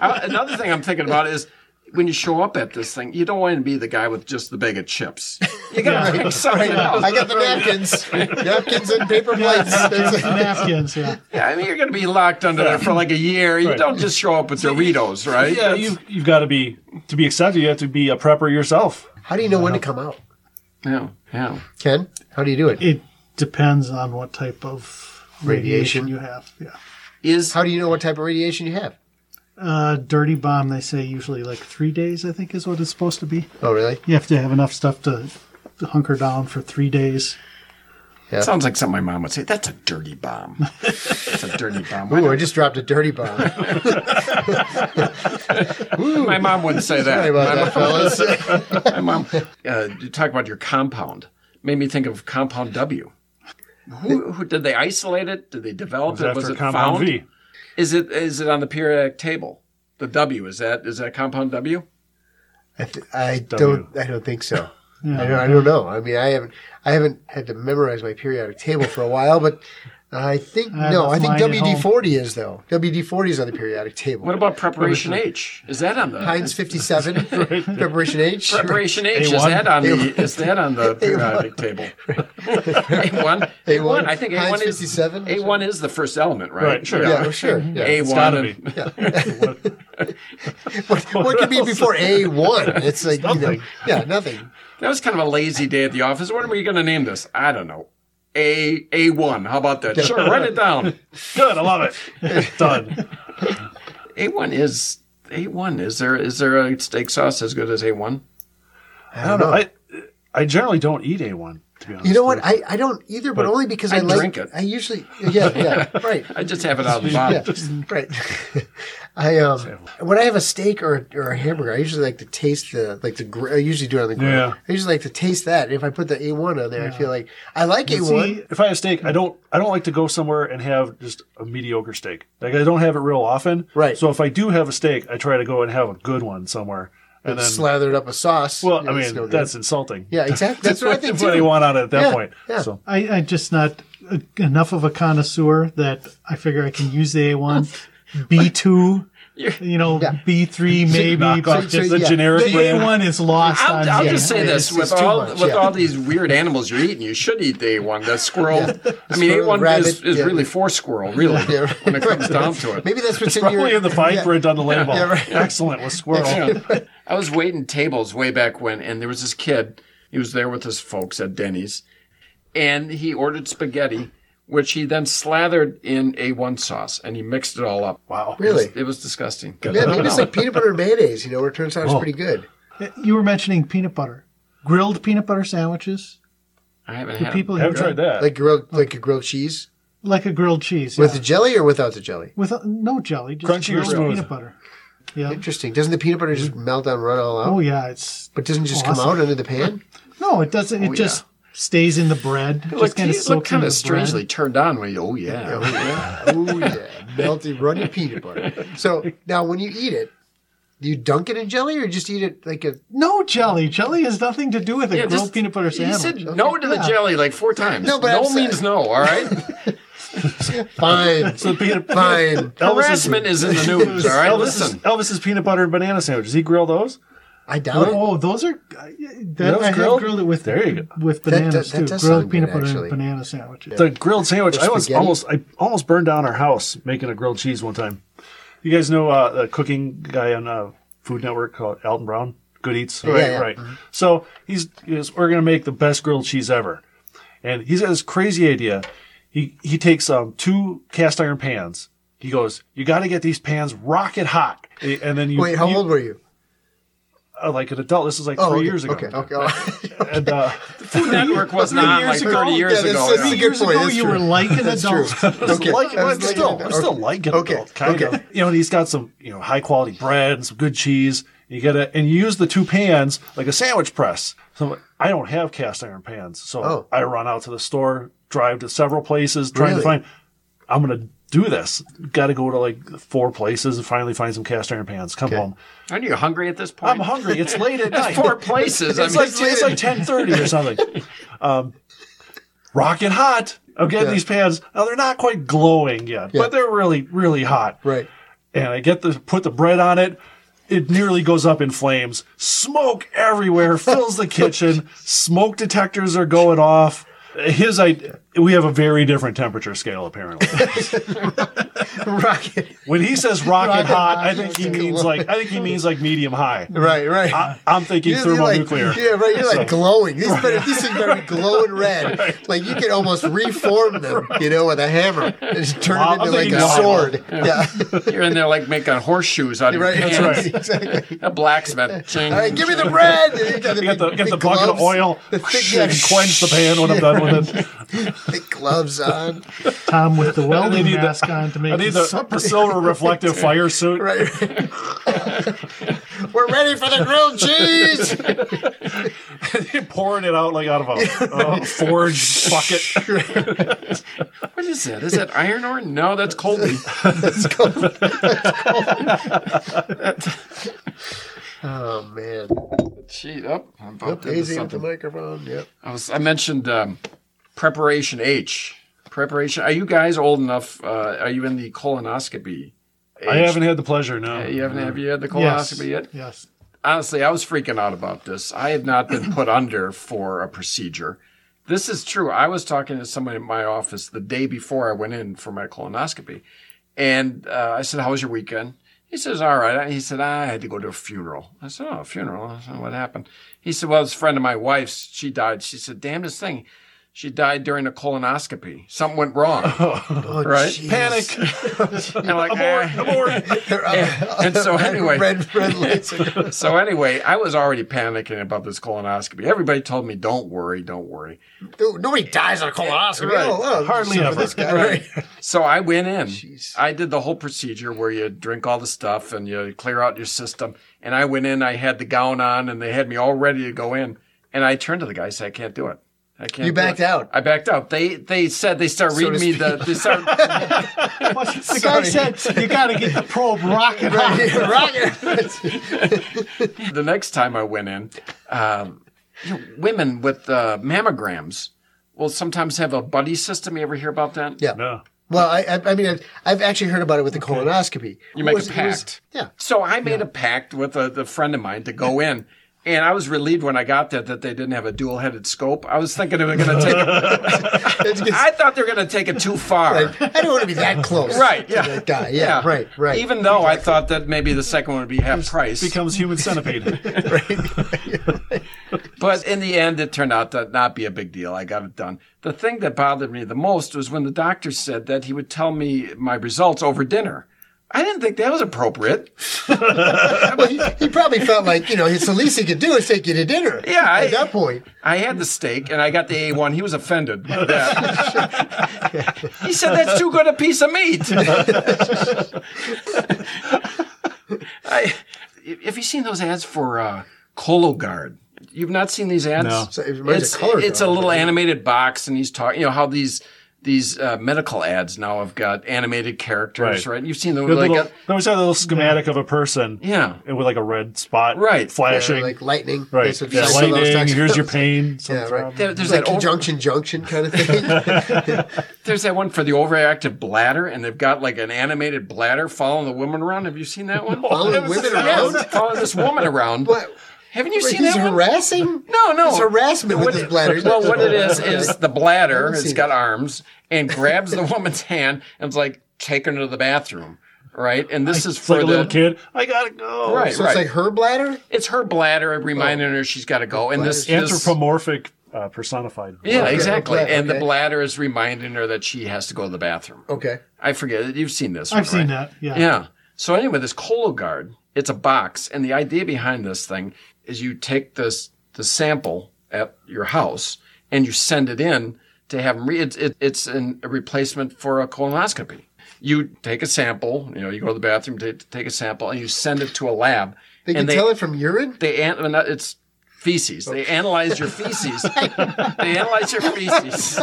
Speaker 4: Uh, another thing I'm thinking about is when you show up at this thing, you don't want to be the guy with just the bag of chips. You got to pick something else.
Speaker 2: I got the napkins, napkins and paper plates. That's it.
Speaker 5: napkins. Yeah,
Speaker 4: Yeah, I mean, you're going to be locked under there for like a year. You
Speaker 3: Right.
Speaker 4: don't just show up with Doritos, right?
Speaker 3: Yeah, you you've got to be to be accepted. You have to be a prepper yourself.
Speaker 2: How do you know when to come out,
Speaker 4: yeah, yeah.
Speaker 2: Ken? How do you do it?
Speaker 5: it depends on what type of radiation,
Speaker 2: Radiation.
Speaker 5: you have. Yeah,
Speaker 4: Is
Speaker 2: How do you know what type of radiation you have?
Speaker 5: uh, dirty bomb. They say usually like three days. I think is what it's supposed to be.
Speaker 2: Oh, really?
Speaker 5: You have to have enough stuff to, to hunker down for three days.
Speaker 4: sounds like something my mom would say. That's a dirty bomb. That's a dirty bomb.
Speaker 2: Ooh, I just dropped a dirty bomb.
Speaker 4: My mom wouldn't say that.
Speaker 2: Sorry about
Speaker 4: my,
Speaker 2: that, fellas.
Speaker 4: mom, my mom. Uh, you talk about your compound. Made me think of Compound W. Who, who did they isolate it? Did they develop it? Was
Speaker 3: after
Speaker 4: it
Speaker 3: Compound
Speaker 4: found?
Speaker 3: V.
Speaker 4: Is it is it on the periodic table? The W is that is that Compound W?
Speaker 2: I, th- I don't. I don't think so. I, don't, I don't know. I mean, I haven't. I haven't had to memorize my periodic table for a while, but I think
Speaker 5: have
Speaker 2: no.
Speaker 5: a
Speaker 2: I think
Speaker 5: mine at home.
Speaker 2: WD forty is though. WD forty is on the periodic table.
Speaker 4: What about Preparation H? Is that on the
Speaker 2: Heinz fifty seven preparation H?
Speaker 4: Preparation H is that on the is that on the periodic table? A one, A one. I think A one
Speaker 2: Heinz
Speaker 4: is
Speaker 2: 57?
Speaker 4: A one is the first element, right?
Speaker 3: Right, sure.
Speaker 2: Yeah, well, sure.
Speaker 4: A
Speaker 2: Yeah.
Speaker 3: gotta
Speaker 4: one.
Speaker 3: be.
Speaker 2: What could be before A one? It's like you know,
Speaker 3: Something.
Speaker 2: yeah, nothing.
Speaker 4: That was kind of a lazy day at the office. What are we going to name this? I don't know. A A one. How about that? Sure, write it down.
Speaker 3: Good, I love it. Done.
Speaker 4: A one is A one. Is there is there a steak sauce as good as A one?
Speaker 2: I don't know.
Speaker 3: I I generally don't eat a one to be honest.
Speaker 2: you know what? I, I don't either, but, only because I,
Speaker 4: I
Speaker 2: like.
Speaker 4: drink it.
Speaker 2: I usually yeah yeah right.
Speaker 4: I just have it out of the bottle.
Speaker 2: Yeah, right. I um when I have a steak or or a hamburger, I usually like to taste the like the gr- I usually do it on the grill.
Speaker 3: Yeah.
Speaker 2: I usually like to taste that. And if I put the A one on there, I feel like I like A one.
Speaker 5: See,
Speaker 3: If I have steak, I don't I don't like to go somewhere and have just a mediocre steak. Like I don't have it real often.
Speaker 2: Right.
Speaker 3: So if I do have a steak, I try to go and have a good one somewhere. And then
Speaker 2: Slathered up a sauce.
Speaker 3: well,
Speaker 2: Yeah,
Speaker 3: I
Speaker 2: it's no
Speaker 3: mean,
Speaker 2: good.
Speaker 3: that's insulting.
Speaker 2: yeah, exactly. That's what I think
Speaker 3: That's what they
Speaker 2: too.
Speaker 3: want out of it at that
Speaker 2: Yeah,
Speaker 3: point.
Speaker 2: yeah.
Speaker 3: So
Speaker 5: I, I'm just not uh, enough of a connoisseur that I figure I can use the A1, B2, you know, B3 maybe.
Speaker 3: knock
Speaker 5: but
Speaker 3: off
Speaker 5: just-
Speaker 3: the
Speaker 2: yeah.
Speaker 3: generic
Speaker 5: the
Speaker 3: brand.
Speaker 5: A1 is lost on
Speaker 4: I'll, I'll
Speaker 5: me.
Speaker 4: just say this:
Speaker 2: it's-
Speaker 4: with
Speaker 2: it's too
Speaker 4: all
Speaker 2: much,
Speaker 4: with
Speaker 2: yeah.
Speaker 4: all these weird animals you're eating, you should eat the A one. The squirrel. I mean, A
Speaker 2: squirrel,
Speaker 4: one is,
Speaker 2: rabbit,
Speaker 4: is
Speaker 2: yeah.
Speaker 4: really for squirrel, really,
Speaker 2: Yeah.
Speaker 4: when it comes down to it.
Speaker 2: Maybe that's what's in your
Speaker 3: Probably in the fine
Speaker 2: yeah.
Speaker 3: print on the label.
Speaker 2: Yeah, right.
Speaker 3: Excellent with squirrel.
Speaker 4: Yeah. I was waiting tables way back when, and there was this kid. He was there with his folks at Denny's, and he ordered spaghetti, which he then slathered in A1 sauce, and he mixed it all up. Wow,
Speaker 2: Really?
Speaker 4: It was disgusting.
Speaker 2: Yeah, maybe it's like peanut butter and mayonnaise. You know, where it turns out
Speaker 3: Oh.
Speaker 2: it's pretty good.
Speaker 5: You were mentioning peanut butter. Grilled peanut butter sandwiches.
Speaker 4: I haven't
Speaker 5: The
Speaker 4: had.
Speaker 5: people
Speaker 3: I
Speaker 5: who
Speaker 3: haven't tried that.
Speaker 2: Like grilled, like a grilled cheese
Speaker 5: like a grilled cheese.
Speaker 2: with
Speaker 5: yeah.
Speaker 2: the jelly or without the jelly.
Speaker 5: with uh, no jelly, just
Speaker 3: Crunchy or
Speaker 5: grilled
Speaker 3: smooth?
Speaker 5: peanut butter. Yeah.
Speaker 2: Interesting. Doesn't the peanut butter just melt down, run all out?
Speaker 5: Oh yeah, it's
Speaker 2: But doesn't it just come
Speaker 5: Awesome.
Speaker 2: out under the pan?
Speaker 5: no, it doesn't. It
Speaker 3: Oh,
Speaker 4: yeah.
Speaker 5: just stays in the bread.
Speaker 4: It
Speaker 5: just
Speaker 4: looked,
Speaker 5: kind of
Speaker 4: it looked
Speaker 5: soaks
Speaker 4: kind
Speaker 5: into the
Speaker 4: of strangely
Speaker 5: bread.
Speaker 4: turned on when you. Oh yeah.
Speaker 2: Oh yeah, melty, runny peanut butter. So now, when you eat it, do you dunk it in jelly or just eat it like a?
Speaker 5: No jelly. Jelly has nothing to do with a
Speaker 4: Yeah,
Speaker 5: grilled
Speaker 4: just-
Speaker 5: peanut butter
Speaker 4: He
Speaker 5: sandwich.
Speaker 4: said no to the jelly like four times.
Speaker 2: No,
Speaker 4: No,
Speaker 2: but
Speaker 4: but no
Speaker 2: I'm saying-
Speaker 4: means no. All right,
Speaker 2: Fine,
Speaker 3: So peanut
Speaker 2: fine.
Speaker 3: Elvis's-
Speaker 4: harassment is in the news. All right,
Speaker 3: Elvis's,
Speaker 4: listen.
Speaker 3: Elvis's peanut butter and banana sandwiches. He grill those.
Speaker 2: I doubt it.
Speaker 5: Oh, those are I- that
Speaker 3: those
Speaker 5: I
Speaker 3: grilled?
Speaker 5: have grilled it with
Speaker 3: There you go.
Speaker 5: with
Speaker 2: that
Speaker 5: bananas
Speaker 2: does- that
Speaker 5: too.
Speaker 2: does
Speaker 5: Grilled
Speaker 2: sound
Speaker 5: peanut
Speaker 2: good,
Speaker 5: butter
Speaker 2: actually.
Speaker 5: and banana sandwiches.
Speaker 3: The grilled sandwich. I was
Speaker 2: spaghetti?
Speaker 3: almost I almost burned down our house making a grilled cheese one time. You guys know uh, the cooking guy on uh, Food Network called Alton Brown. Good Eats. Right,
Speaker 2: Oh, yeah. Mm-hmm.
Speaker 3: right. So he's, he goes, we're gonna make the best grilled cheese ever, and he's got this crazy idea. He he takes um, two cast iron pans. He goes, you got to get these pans rocket hot, and then you
Speaker 2: Wait, how
Speaker 3: you-
Speaker 2: old were you?
Speaker 3: uh, like an adult. This is like
Speaker 2: Oh,
Speaker 3: three
Speaker 2: okay,
Speaker 3: years ago.
Speaker 2: Okay, okay. okay.
Speaker 3: And uh,
Speaker 4: Food Network was
Speaker 5: Three
Speaker 4: not on like
Speaker 5: years ago?
Speaker 4: 30
Speaker 2: Yeah,
Speaker 4: years
Speaker 2: this
Speaker 4: ago.
Speaker 2: is-
Speaker 4: yeah.
Speaker 2: That's a
Speaker 5: Three
Speaker 2: good
Speaker 5: years
Speaker 2: point,
Speaker 5: ago,
Speaker 2: that's
Speaker 5: you were
Speaker 2: true.
Speaker 5: like an adult.
Speaker 3: Just
Speaker 2: Okay.
Speaker 3: like,
Speaker 2: I was like
Speaker 3: I'm still,
Speaker 2: an
Speaker 3: I'm
Speaker 2: adult.
Speaker 3: still like an
Speaker 2: Okay.
Speaker 3: adult, kind
Speaker 2: Okay.
Speaker 3: of. You know, and he's got some, you know, high quality bread and some good cheese. You gotta, and you use the two pans like a sandwich press. So I don't have cast iron pans, so
Speaker 2: Oh.
Speaker 3: I run out to the store, drive to several places, trying
Speaker 2: Really?
Speaker 3: to find. I'm gonna do this. Got to go to like four places and finally find some cast iron pans. Come home.
Speaker 4: Aren't you hungry at this point?
Speaker 3: I'm hungry. It's late at night.
Speaker 4: Four places. I
Speaker 3: It's
Speaker 4: mean,
Speaker 3: like it's like ten thirty or something. Um, rocket hot. I'm getting
Speaker 2: Yeah.
Speaker 3: these pans. Now they're not quite glowing yet,
Speaker 2: Yeah.
Speaker 3: but they're really really hot.
Speaker 2: right.
Speaker 3: And I get the put the bread on it. It nearly goes up in flames. Smoke everywhere fills the kitchen. Smoke detectors are going off. His idea. We have a very different temperature scale apparently.
Speaker 2: Rocket.
Speaker 3: When he says rocket,
Speaker 5: Rocket
Speaker 3: hot,
Speaker 5: hot,
Speaker 3: I think he
Speaker 2: okay.
Speaker 3: means like I think he means like medium high.
Speaker 2: Right, right.
Speaker 3: I, I'm thinking
Speaker 2: You're- you're like-
Speaker 3: thermonuclear.
Speaker 2: Yeah, right. You're like glowing. These better, this is very glowing red. Like you can almost reform them, you know, with a hammer and just turn
Speaker 3: Wow,
Speaker 2: them
Speaker 3: I'm
Speaker 2: into like
Speaker 3: thinking
Speaker 2: a
Speaker 3: Lava.
Speaker 2: sword. Yeah,
Speaker 4: You're in there like making horseshoes out of
Speaker 2: right.
Speaker 4: your
Speaker 2: That's
Speaker 4: pants.
Speaker 2: right. Exactly.
Speaker 4: A blacksmith. Ching.
Speaker 2: All right, give me the bread. And you got the,
Speaker 3: You got the,
Speaker 2: big-
Speaker 3: get the
Speaker 2: big
Speaker 3: bucket of
Speaker 2: gloves,
Speaker 3: oil,
Speaker 2: The thick,
Speaker 3: sh-
Speaker 2: yeah,
Speaker 3: and cleanse the pan when I'm done with it.
Speaker 2: thick gloves on.
Speaker 5: Tom with the welding
Speaker 3: need the-
Speaker 5: mask on to
Speaker 3: I
Speaker 5: make
Speaker 3: need
Speaker 5: his
Speaker 3: the,
Speaker 5: supper.
Speaker 3: the silver reflective fire suit.
Speaker 2: Right. right. We're ready for the grilled cheese.
Speaker 3: pouring it out like out of a, a forge bucket.
Speaker 4: What is that? Is that iron ore? No, that's Colby.
Speaker 2: Oh man.
Speaker 4: Gee, oh, I'm bumped into
Speaker 2: Daisy with the
Speaker 4: something.
Speaker 2: microphone. Yep.
Speaker 4: I, was, I mentioned um, preparation H. Preparation. Are you guys old enough? Uh, are you in the colonoscopy? Age? Uh,
Speaker 3: I haven't had the pleasure, no.
Speaker 4: You haven't have you had the
Speaker 5: Yes.
Speaker 4: colonoscopy yet?
Speaker 5: Yes.
Speaker 4: honestly, I was freaking out about this. I have not been put under for a procedure. This is true. I was talking to someone in my office the day before I went in for my colonoscopy, and uh, I said, "How was your weekend?" He says, "All right." He said, "I had to go to a funeral." I said, "Oh, a funeral? I said, what happened?" He said, "Well, this friend of my wife's, she died." She said, "Damnedest thing." She died during a colonoscopy. Something went wrong,
Speaker 2: Oh,
Speaker 4: right?
Speaker 2: jeez.
Speaker 3: Panic.
Speaker 4: And I'm like, "Ah."
Speaker 2: They're up-
Speaker 4: And so anyway-
Speaker 2: red, red lights.
Speaker 4: so anyway, I was already panicking about this colonoscopy. Everybody told me, "Don't worry, don't worry."
Speaker 2: Dude, nobody dies on a colonoscopy.
Speaker 4: Right.
Speaker 2: Oh, well,
Speaker 3: Hardly
Speaker 2: except for
Speaker 3: ever.
Speaker 2: This guy,
Speaker 4: Right.
Speaker 2: right.
Speaker 4: So I went in.
Speaker 2: Jeez.
Speaker 4: I did the whole procedure where you drink all the stuff and you clear out your system. And I went in, I had the gown on, and they had me all ready to go in. And I turned to the guy and said, I can't do it. I can't
Speaker 2: You
Speaker 4: do
Speaker 2: backed
Speaker 4: it."
Speaker 2: out.
Speaker 4: I backed out. They they said they start reading
Speaker 2: to
Speaker 4: me the they start
Speaker 5: Well, the guy said you got to get the probe rocket hot.
Speaker 2: Right. Rocket.
Speaker 4: the next time I went in, um, you know, women with uh, mammograms will sometimes have a buddy system. You ever hear about that?
Speaker 2: Yeah.
Speaker 3: No.
Speaker 2: Well, I, I, I mean, I've, I've actually heard about it with the colonoscopy.
Speaker 4: You make
Speaker 2: It was-
Speaker 4: a
Speaker 2: it was-
Speaker 4: pact.
Speaker 2: yeah.
Speaker 4: So I made a pact with a, the friend of mine to go in. And I was relieved when I got there that they didn't have a dual-headed scope. I was thinking they were going to take. It,
Speaker 2: It's- it's-
Speaker 4: I thought they were going to take it too far.
Speaker 2: I don't want to be that close.
Speaker 4: Right?
Speaker 2: To
Speaker 4: Yeah.
Speaker 2: that guy. Yeah, Right. Right.
Speaker 4: Even though I thought that maybe the second one would be half price,
Speaker 3: Becomes human centipede.
Speaker 4: but in the end, it turned out to not be a big deal. I got it done. The thing that bothered me the most was when the doctor said that he would tell me my results over dinner. I didn't think that was appropriate.
Speaker 2: well, he, he probably felt like you know it's the least he could do is take you to dinner.
Speaker 4: Yeah,
Speaker 2: At
Speaker 4: I-
Speaker 2: that point.
Speaker 4: I had the steak and I got the A1. He was offended by that. he said, That's too good a piece of meat. I, have you seen those ads for uh, Cologuard? You've not seen these ads?
Speaker 3: No.
Speaker 2: So it reminds me of
Speaker 4: it's,
Speaker 2: Color
Speaker 4: it's a
Speaker 2: Guard,
Speaker 4: little animated box, and he's talking, you know, how these. These uh, medical ads now have got animated characters,
Speaker 3: Right.
Speaker 4: right? You've seen them,
Speaker 3: Good
Speaker 4: like,
Speaker 3: little,
Speaker 4: uh,
Speaker 3: they always have a little schematic of a person.
Speaker 4: Yeah.
Speaker 3: and With like a red spot.
Speaker 4: Right.
Speaker 3: Flashing.
Speaker 2: Yeah, like lightning.
Speaker 3: right.
Speaker 2: That's what-
Speaker 3: Yeah,
Speaker 2: that's what I was
Speaker 3: lightning.
Speaker 2: talking
Speaker 3: Here's
Speaker 2: about.
Speaker 3: your pain. some
Speaker 2: Yeah, right.
Speaker 4: there- there's
Speaker 2: Like
Speaker 4: that old-
Speaker 2: conjunction, junction kind of thing.
Speaker 4: There's that one for the overactive bladder, and they've got like an animated bladder following the woman around. Have you seen that one?
Speaker 2: Following women
Speaker 4: Yeah,
Speaker 2: around.
Speaker 4: following this woman around.
Speaker 2: What?
Speaker 4: Haven't you seen
Speaker 2: He's
Speaker 4: that one?
Speaker 2: harassing?
Speaker 4: No, no.
Speaker 2: It's harassment with
Speaker 4: What
Speaker 2: his
Speaker 4: it-
Speaker 2: bladder.
Speaker 4: Well, what it is is the bladder has
Speaker 2: seen
Speaker 4: got arms and grabs the woman's hand and is like, take her to the bathroom, right? And this is
Speaker 3: It's
Speaker 4: for
Speaker 3: like a
Speaker 4: the
Speaker 3: little kid. I gotta go.
Speaker 4: Right,
Speaker 2: Oh, So it's
Speaker 4: right.
Speaker 2: like Oh. her bladder?
Speaker 4: It's her bladder reminding her she's got to go. And this, this
Speaker 3: Anthropomorphic uh, personified.
Speaker 4: yeah,
Speaker 2: Okay,
Speaker 4: exactly.
Speaker 2: okay,
Speaker 4: And the
Speaker 2: okay.
Speaker 4: bladder is reminding her that she has to go to the bathroom.
Speaker 2: Okay.
Speaker 4: I forget. You've seen this.
Speaker 5: I've
Speaker 4: one,
Speaker 5: seen
Speaker 4: right?
Speaker 5: that. Yeah.
Speaker 4: Yeah. So anyway, this Cologuard, it's a box, and the idea behind this thing is you take this the sample at your house and you send it in to have them. Re- it's it, it's an, a replacement for a colonoscopy. You take a sample. You know, you go to the bathroom, ta- take a sample, and you send it to a lab.
Speaker 2: They can
Speaker 4: and they
Speaker 2: tell it from urine?
Speaker 4: they an- well, not- it's feces. They analyze your feces. they analyze your feces.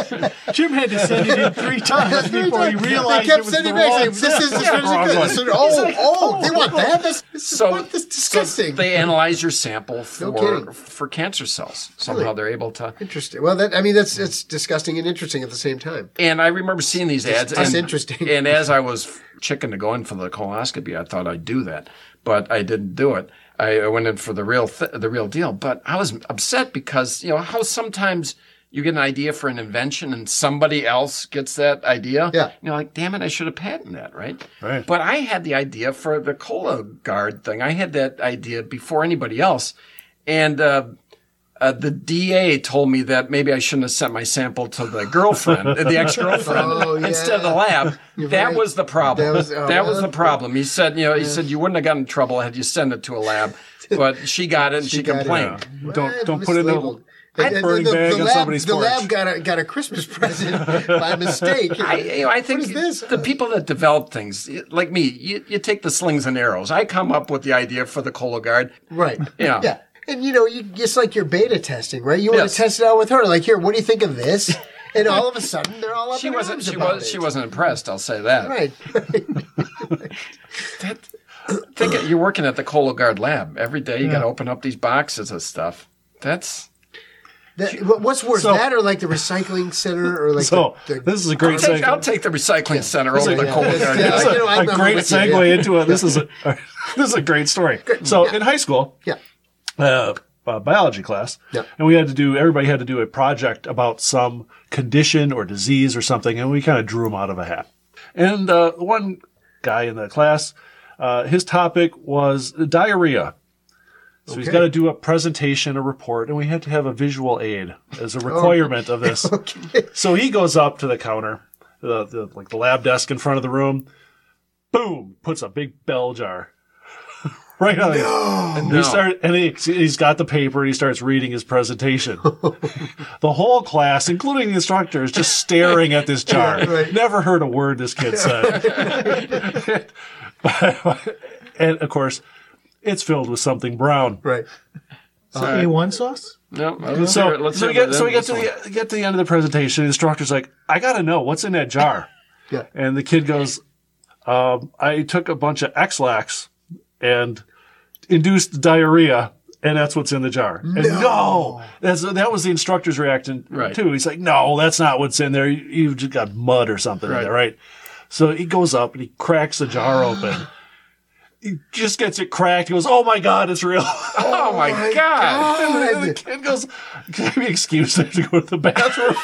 Speaker 5: Jim had to send it in three times before he realized
Speaker 2: they kept
Speaker 5: it was
Speaker 2: sending
Speaker 5: the
Speaker 2: back
Speaker 5: wrong
Speaker 2: saying, this is this
Speaker 4: Yeah,
Speaker 2: is
Speaker 3: wrong
Speaker 2: good.
Speaker 3: one.
Speaker 2: This is, oh, oh, they want that? This, this is
Speaker 4: So,
Speaker 2: what, this is
Speaker 4: so
Speaker 2: disgusting.
Speaker 4: they analyze your sample for
Speaker 2: kidding.
Speaker 4: for cancer cells. Somehow they're able to.
Speaker 2: interesting. Well, that I mean, that's it's disgusting and interesting at the same time.
Speaker 4: And I remember seeing these ads.
Speaker 2: that's
Speaker 4: and,
Speaker 2: interesting.
Speaker 4: And as I was chicken to go in for the colonoscopy, I thought I'd do that, but I didn't do it. I I went in for the real th- the real deal. But I was upset because you know how sometimes you get an idea for an invention and somebody else gets that idea.
Speaker 2: Yeah.
Speaker 4: You're like, damn it, I should have patented that, right?
Speaker 3: Right.
Speaker 4: But I had the idea for the cola guard thing. I had that idea before anybody else, and. Uh, uh, the DA told me that maybe I shouldn't have sent my sample to the girlfriend, the ex-girlfriend,
Speaker 2: Oh, yeah.
Speaker 4: instead of the lab. that
Speaker 2: right.
Speaker 4: was the problem.
Speaker 2: That
Speaker 4: That
Speaker 2: was-
Speaker 4: was,
Speaker 2: oh, well,
Speaker 4: the problem. He said, you know, he said you wouldn't have gotten in trouble had you sent it to a lab, but she got it and she,
Speaker 2: got it.
Speaker 4: complained.
Speaker 2: Eh,
Speaker 3: Don't don't put it in
Speaker 2: mislabeled.
Speaker 3: the
Speaker 2: And- and
Speaker 3: burning bag on
Speaker 2: lab,
Speaker 3: somebody's
Speaker 2: the
Speaker 3: porch.
Speaker 2: lab got a got a Christmas present by mistake.
Speaker 4: I, you know, I think
Speaker 2: is this?
Speaker 4: the people that develop things, like me, you, you take the slings and arrows. I come up with the idea for the cola guard.
Speaker 2: Right.
Speaker 4: Yeah.
Speaker 2: Yeah. And you know, you it's like your beta testing, right? You want to
Speaker 4: Yes.
Speaker 2: test it out with her, like, here, what do you think of this? And all of a sudden, they're all up
Speaker 4: She
Speaker 2: in
Speaker 4: wasn't.
Speaker 2: arms
Speaker 4: She
Speaker 2: about
Speaker 4: was.
Speaker 2: it.
Speaker 4: She wasn't impressed. I'll say that.
Speaker 2: Right.
Speaker 4: That- think it- you're working at the Cologuard lab every day. You got to open up these boxes of stuff. That's
Speaker 2: That, what- what's worse,
Speaker 3: So-
Speaker 2: that or like the recycling center, or like
Speaker 3: So
Speaker 2: the, the,
Speaker 3: this is a great
Speaker 4: Take- I'll
Speaker 3: segue.
Speaker 4: take the recycling center over
Speaker 2: Yeah,
Speaker 4: the
Speaker 2: yeah.
Speaker 4: Cologuard
Speaker 2: Yeah.
Speaker 3: This is
Speaker 4: lab.
Speaker 2: You know,
Speaker 3: a,
Speaker 2: I'm-
Speaker 3: a
Speaker 2: I'm
Speaker 3: great
Speaker 2: with you,
Speaker 3: segue
Speaker 2: yeah.
Speaker 3: into it. This is a this is a great story. So in high school,
Speaker 2: Yeah.
Speaker 3: uh, uh, biology class,
Speaker 2: Yeah.
Speaker 3: and we had to do everybody had to do a project about some condition or disease or something, and we kind of drew them out of a hat. And uh, one guy in the class, uh, his topic was diarrhea. So he's
Speaker 2: Okay.
Speaker 3: got to do a presentation, a report, and we had to have a visual aid as a requirement of this. So he goes up to the counter, the, the like the lab desk in front of the room. Boom! Puts a big bell jar right on. it. And he
Speaker 4: No.
Speaker 3: started, and he, he's got the paper, and he starts reading his presentation. the whole class, including the instructor, is just staring at this jar.
Speaker 2: right.
Speaker 3: Never heard a word this kid said. and of course, it's filled with something brown.
Speaker 2: Right.
Speaker 5: A1 sauce?
Speaker 4: No, let's
Speaker 3: So,
Speaker 4: hear it. Let's
Speaker 3: so we
Speaker 4: hear it
Speaker 3: get so we
Speaker 4: then.
Speaker 3: get to the get to the end of the presentation. The instructor's like, "I gotta know what's in that jar."
Speaker 2: Yeah.
Speaker 3: And the kid goes, um, "I took a bunch of X-Lax and induced diarrhea, and that's what's in the jar." No, and no that's that was the instructor's reaction
Speaker 4: Right.
Speaker 3: too. He's like, "No, that's not what's in there. You, you've just got mud or something in there, right?" So he goes up and he cracks the jar open. He just gets it cracked. He goes, "Oh my god, it's real."
Speaker 4: Oh my god!
Speaker 3: And the kid goes, "Can I be excused? I have to go to the bathroom."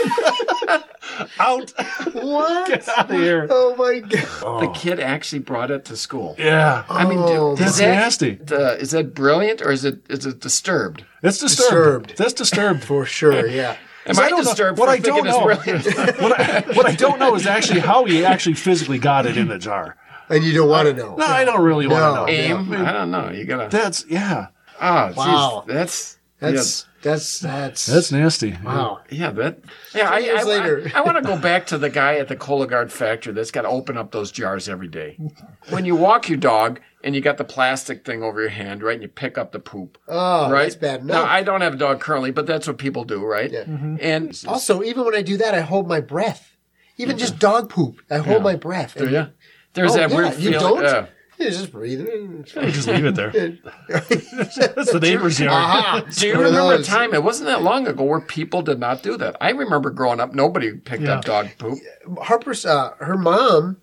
Speaker 3: Out,
Speaker 2: What?
Speaker 3: get out of here.
Speaker 2: Oh my god.
Speaker 4: The kid actually brought it to school.
Speaker 3: Yeah,
Speaker 4: I mean,
Speaker 2: Oh,
Speaker 4: dude,
Speaker 3: that's
Speaker 4: is that,
Speaker 3: nasty.
Speaker 4: uh, is that brilliant or is it is it disturbed?
Speaker 3: That's disturbed.
Speaker 2: Disturbed.
Speaker 3: That's disturbed.
Speaker 2: For sure, yeah.
Speaker 4: Am
Speaker 3: 'Cause
Speaker 4: I,
Speaker 3: don't know-
Speaker 4: disturbed
Speaker 3: What
Speaker 4: for
Speaker 3: I don't
Speaker 4: thinking
Speaker 3: know.
Speaker 4: it's brilliant?
Speaker 3: what, I, what I don't know is actually how he actually physically got it in the jar.
Speaker 2: And you don't want to know.
Speaker 3: No, I don't really
Speaker 2: No.
Speaker 3: want to know.
Speaker 4: Aim? I don't know. You gotta.
Speaker 3: That's yeah.
Speaker 4: Ah, geez,
Speaker 2: Wow.
Speaker 4: that's
Speaker 2: That's that's that's Oh,
Speaker 3: That's nasty.
Speaker 2: wow.
Speaker 4: Yeah, that. Yeah, I,
Speaker 2: years
Speaker 4: I,
Speaker 2: later.
Speaker 4: I, want to go back to the guy at the Cologuard factory that's got to open up those jars every day. When you walk your dog and you got the plastic thing over your hand, right, and you pick up the poop.
Speaker 2: Oh,
Speaker 4: right?
Speaker 2: that's bad
Speaker 4: Now,
Speaker 2: enough.
Speaker 4: I don't have a dog currently, but that's what people do, right? Yeah.
Speaker 2: Mm-hmm.
Speaker 4: And
Speaker 2: also, even when I do that, I hold my breath. Even just dog poop, I hold my breath. And-
Speaker 4: yeah, there's
Speaker 2: Oh,
Speaker 4: that
Speaker 2: yeah,
Speaker 4: weird
Speaker 2: you
Speaker 4: feeling.
Speaker 2: don't?
Speaker 4: uh,
Speaker 2: You just breathe it.
Speaker 3: You just leave it there. That's the neighbor's yard.
Speaker 2: Aha.
Speaker 4: do you
Speaker 2: One of
Speaker 4: remember a
Speaker 2: those.
Speaker 4: time? It wasn't that long ago where people did not do that. I remember growing up, nobody picked up dog poop.
Speaker 2: Harper's uh, her mom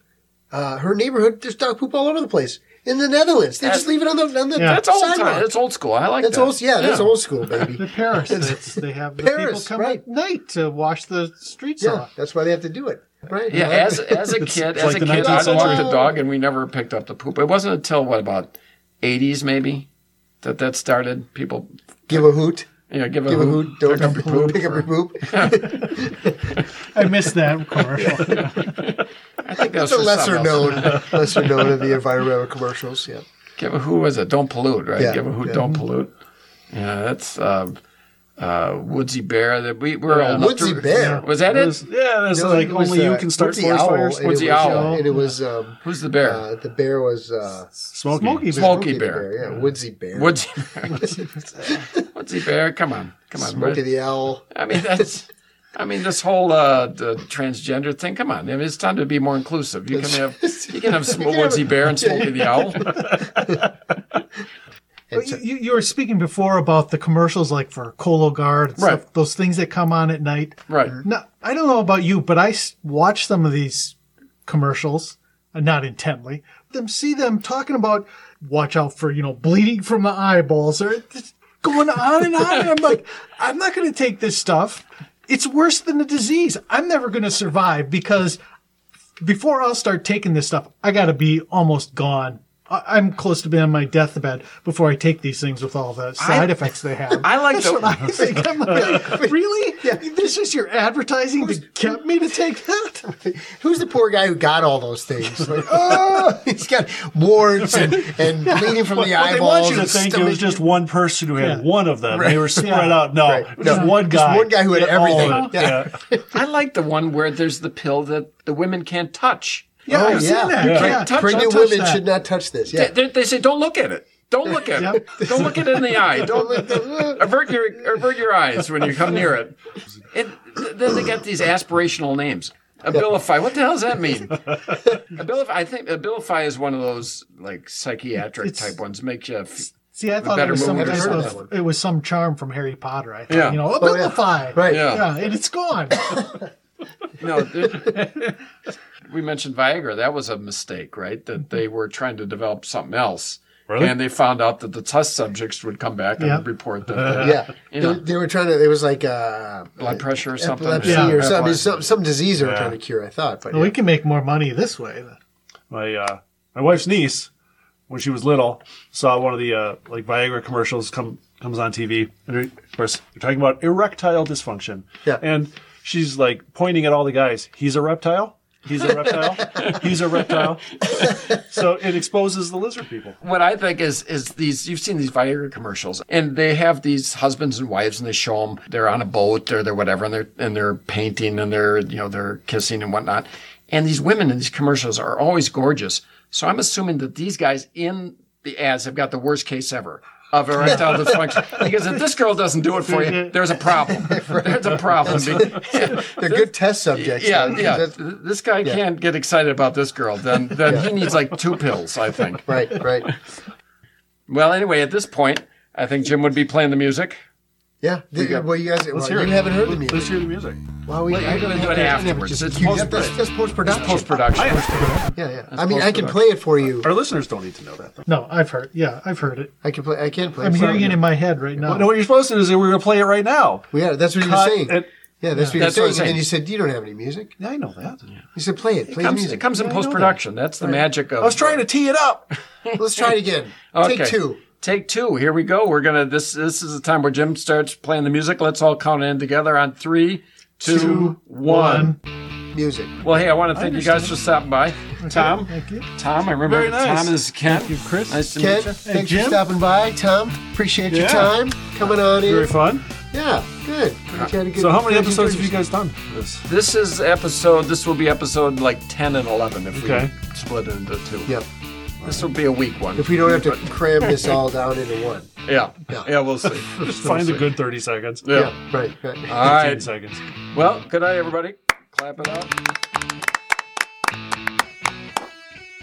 Speaker 2: Uh, her neighborhood, there's dog poop all over the place. In the Netherlands, they just leave it on the on the
Speaker 5: Yeah.
Speaker 4: That's old time.
Speaker 2: sidewalk.
Speaker 4: That's old school. I like
Speaker 2: That's
Speaker 4: that.
Speaker 2: old, yeah, that's old school,
Speaker 5: The
Speaker 2: baby.
Speaker 5: Paris, that's, they have the people
Speaker 2: Paris,
Speaker 5: come
Speaker 2: right.
Speaker 5: at night to wash the streets
Speaker 2: yeah,
Speaker 5: off.
Speaker 2: that's why they have to do it, right?
Speaker 4: Yeah, as as a kid, as
Speaker 3: like
Speaker 4: a
Speaker 3: the
Speaker 4: kid,
Speaker 3: 19th
Speaker 4: I walked the
Speaker 2: century.
Speaker 4: dog, and we never picked up the poop. It wasn't until what about eighties maybe that that started. People,
Speaker 2: give a hoot,
Speaker 4: you know, give a
Speaker 2: give a
Speaker 4: hoot,
Speaker 2: hoot, don't
Speaker 4: pick up your poop.
Speaker 2: pick up your
Speaker 4: or-
Speaker 2: poop.
Speaker 5: I missed that commercial.
Speaker 4: I think that's
Speaker 2: It's a lesser known, lesser known of the environmental commercials. Yeah,
Speaker 4: Give a who was it? Don't pollute, right?
Speaker 2: Yeah,
Speaker 4: Give a who,
Speaker 2: yeah.
Speaker 4: don't pollute. Yeah, that's uh, uh, Woodsy Bear. That we were old enough
Speaker 2: Oh, Woodsy
Speaker 4: to-
Speaker 2: Bear.
Speaker 4: Was that
Speaker 3: It
Speaker 4: it?
Speaker 3: was- yeah, that's
Speaker 2: No,
Speaker 3: like
Speaker 2: it was,
Speaker 3: only you
Speaker 2: uh,
Speaker 3: can start
Speaker 2: Woodsy
Speaker 3: forest
Speaker 2: Owl,
Speaker 3: fires.
Speaker 2: and it
Speaker 4: Woodsy
Speaker 2: was, uh,
Speaker 4: Owl.
Speaker 2: and it was um,
Speaker 4: Who's the bear?
Speaker 2: uh, the bear was uh,
Speaker 3: Smoky.
Speaker 5: Smokey Bear.
Speaker 4: Smokey
Speaker 2: Smokey the
Speaker 4: Bear.
Speaker 2: Yeah, Woodsy Bear.
Speaker 4: Woodsy Bear. Woodsy Bear. Come on, come on.
Speaker 2: Smokey the Owl.
Speaker 4: I mean, that's. I mean, this whole uh, the transgender thing. Come on, I mean, it's time to be more inclusive. You can have you can have Sm-
Speaker 2: can have-
Speaker 4: Woodsy Bear and Smokey the Owl.
Speaker 5: But you, you you were speaking before about the commercials like for Cologuard, and
Speaker 4: Right.
Speaker 5: stuff, those things that come on at night.
Speaker 4: Right.
Speaker 5: No, I don't know about you, but I s- watch some of these commercials, uh, not intently. Them see them talking about watch out for you know bleeding from the eyeballs or it's going on and on. and I'm like, I'm not going to take this stuff. It's worse than a disease. I'm never going to survive because before I'll start taking this stuff, I got to be almost gone. I- I'm close to being on my deathbed before I take these things with all the side effects they have.
Speaker 4: I like
Speaker 5: That's
Speaker 4: the-
Speaker 5: what I think. I'm like, really? This is your advertising that kept me to take
Speaker 2: Oh,
Speaker 5: that?
Speaker 2: Who's the poor guy who got all those things? Like, oh, he's got warts and, and bleeding from the
Speaker 3: Well, they
Speaker 2: eyeballs.
Speaker 3: want you to
Speaker 2: and
Speaker 3: think it
Speaker 2: stomach-
Speaker 3: was just one person who had
Speaker 5: Yeah.
Speaker 3: one of them. They were spread
Speaker 5: Yeah.
Speaker 3: out. No,
Speaker 2: Right.
Speaker 3: just
Speaker 2: No.
Speaker 3: one
Speaker 2: Just
Speaker 3: guy.
Speaker 2: one guy who had
Speaker 3: Yeah, all of
Speaker 2: everything.
Speaker 3: it.
Speaker 2: Yeah.
Speaker 3: Yeah.
Speaker 4: I like the one where there's the pill that the women can't touch.
Speaker 5: Yeah,
Speaker 2: Oh,
Speaker 5: I've
Speaker 2: yeah.
Speaker 5: seen that.
Speaker 2: You
Speaker 5: Yeah.
Speaker 4: can't touch
Speaker 5: Don't
Speaker 2: Pregnant
Speaker 5: touch
Speaker 2: women
Speaker 5: that.
Speaker 2: should not touch this.
Speaker 4: They,
Speaker 2: Yeah.
Speaker 4: they, they say, "Don't look at it. Don't look at it. Don't look it in the eye. Don't look, avert your avert your eyes when you come near it." it th- then they get these aspirational names. Abilify. What the hell does that mean? Abilify. I think Abilify is one of those like psychiatric
Speaker 5: It's-
Speaker 4: type ones. Makes you. f-
Speaker 5: See, I thought it
Speaker 4: better
Speaker 5: was some
Speaker 4: movie.
Speaker 5: type
Speaker 2: I've heard
Speaker 5: of-
Speaker 2: that one.
Speaker 5: it was some charm from Harry Potter. I thought,
Speaker 4: Yeah.
Speaker 5: you know,
Speaker 2: Oh, yeah.
Speaker 5: Abilify.
Speaker 2: Right.
Speaker 4: Yeah.
Speaker 5: Yeah, and it's gone.
Speaker 4: No. there- we mentioned Viagra. That was a mistake, right? That they were trying to develop something else.
Speaker 3: Really?
Speaker 4: And they found out that the test subjects would come back and
Speaker 5: Yeah.
Speaker 4: report that they had
Speaker 2: Yeah.
Speaker 4: You
Speaker 2: They,
Speaker 4: know.
Speaker 2: they were trying to, it was like uh,
Speaker 4: blood pressure or something.
Speaker 2: epilepsy
Speaker 5: Yeah.
Speaker 2: or something,
Speaker 4: Epilepsy.
Speaker 2: some, some disease they were trying to cure, I thought. But
Speaker 5: We can make more money this way.
Speaker 3: my uh, my wife's niece when she was little saw one of the uh, like Viagra commercials come comes on TV, and they're- of course they're talking about erectile dysfunction.
Speaker 2: Yeah.
Speaker 3: and she's like pointing at all the guys. He's a reptile. He's a reptile. He's a reptile. so it exposes the lizard people.
Speaker 4: what I think is is these you've seen these Viagra commercials and they have these husbands and wives and they show them they're on a boat or they're whatever and they're and they're painting and they're you know they're kissing and whatnot and these women in these commercials are always gorgeous so I'm assuming that these guys in the ads have got the worst case ever of erectile dysfunction because if this girl doesn't do it for you there's a problem there's a problem
Speaker 2: they're good test subjects.
Speaker 4: yeah,
Speaker 2: though, 'cause
Speaker 4: yeah.
Speaker 2: that's-
Speaker 4: This guy can't get excited about this girl. Then, then he needs like two pills, I think.
Speaker 2: Right, right.
Speaker 4: Well, anyway, at this point, I think Jim would be playing the music.
Speaker 2: Yeah. The- well, you guys, well,
Speaker 3: hear
Speaker 2: you
Speaker 3: it.
Speaker 2: haven't heard the
Speaker 3: Let's-
Speaker 2: music.
Speaker 3: Let's hear the music.
Speaker 2: Well, we,
Speaker 4: you're
Speaker 2: don't
Speaker 4: gonna do
Speaker 2: have
Speaker 4: it
Speaker 2: that.
Speaker 4: afterwards. It's
Speaker 2: You- that-
Speaker 4: post-production.
Speaker 2: That's, that's post-production.
Speaker 4: Post production.
Speaker 2: Yeah, yeah. I mean, I can play it for you.
Speaker 3: Our listeners don't need to know that. Though.
Speaker 5: No, I've heard. Yeah, I've heard it.
Speaker 2: I can play. I can play.
Speaker 5: I'm
Speaker 2: it for
Speaker 5: hearing
Speaker 2: you.
Speaker 5: it in my head right now.
Speaker 3: No, what you're supposed to do is we're going to play it right now.
Speaker 2: Yeah, that's what you were
Speaker 3: Cut
Speaker 2: saying.
Speaker 3: it.
Speaker 2: yeah, that's what
Speaker 4: That's
Speaker 2: you were
Speaker 4: what
Speaker 2: saying.
Speaker 4: I'm saying.
Speaker 2: And you said you don't have any music.
Speaker 3: Yeah, I know that.
Speaker 2: You said play it. Play
Speaker 4: It
Speaker 2: the
Speaker 4: comes,
Speaker 2: music.
Speaker 4: it comes in post production. That's the magic of.
Speaker 3: I was trying to tee it up.
Speaker 2: Let's try it again. Take two.
Speaker 4: Take two. Here we go. We're gonna. This this is the time where Jim starts playing the music. Let's all count in together on three, two, one.
Speaker 5: Two,
Speaker 2: Music.
Speaker 4: Well, hey, I want to thank you guys for stopping by. Tom,
Speaker 5: Thank you.
Speaker 4: Tom, I remember
Speaker 3: Very nice.
Speaker 4: Tom is Kent.
Speaker 5: Thank you, Chris.
Speaker 4: Nice to
Speaker 2: Ken,
Speaker 4: meet you.
Speaker 2: thanks
Speaker 5: Jim?
Speaker 2: for stopping by. Tom, appreciate your
Speaker 3: Yeah.
Speaker 2: time coming on
Speaker 3: Very
Speaker 2: in.
Speaker 3: fun.
Speaker 2: Yeah, good. Glad you had a good-
Speaker 3: So, how many
Speaker 2: glad
Speaker 3: episodes have
Speaker 2: enjoyed
Speaker 3: you guys done? This.
Speaker 4: This is episode. This will be episode like ten and eleven if
Speaker 3: Okay.
Speaker 4: we split it into two.
Speaker 2: yourself?
Speaker 4: This will be a week one.
Speaker 2: Yep. If we don't have to cram this all down into one.
Speaker 4: yeah.
Speaker 2: Yeah.
Speaker 4: yeah. We'll see.
Speaker 3: Just find a good 30 seconds.
Speaker 4: Yeah.
Speaker 2: Yeah, right, right.
Speaker 4: All
Speaker 3: 15
Speaker 4: right.
Speaker 3: seconds.
Speaker 4: Well, good night, everybody. Clap it up.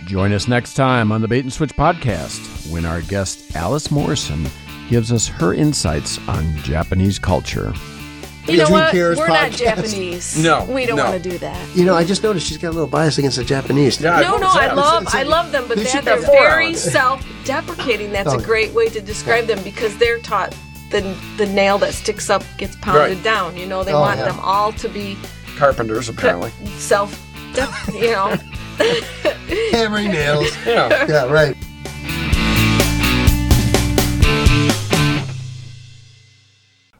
Speaker 6: Join us next time on the Bait and Switch podcast when our guest Alice Morrison gives us her insights on Japanese culture.
Speaker 7: You know
Speaker 2: Drew
Speaker 7: what?
Speaker 2: Cares
Speaker 7: We're
Speaker 2: podcast.
Speaker 7: not Japanese.
Speaker 4: No,
Speaker 7: we don't
Speaker 4: no.
Speaker 7: want to do that.
Speaker 2: You know, I just noticed she's got a little bias against the Japanese.
Speaker 4: Yeah,
Speaker 7: No,
Speaker 4: what
Speaker 7: no,
Speaker 4: was
Speaker 7: I
Speaker 4: that?
Speaker 7: love,
Speaker 2: It's- it's-
Speaker 7: I love them, but
Speaker 2: they
Speaker 7: that,
Speaker 2: should
Speaker 7: they're
Speaker 2: have
Speaker 4: four
Speaker 7: very
Speaker 4: hours.
Speaker 7: self-deprecating. That's
Speaker 2: Oh,
Speaker 7: a
Speaker 2: yeah.
Speaker 7: great way to describe them because they're taught the the nail that sticks up gets pounded
Speaker 4: Right.
Speaker 7: down. You know, they
Speaker 2: Oh,
Speaker 7: want
Speaker 2: yeah.
Speaker 7: them all to be
Speaker 4: Carpenters, apparently.
Speaker 7: self, dep- you know.
Speaker 2: Hammering nails.
Speaker 4: yeah.
Speaker 2: yeah, right.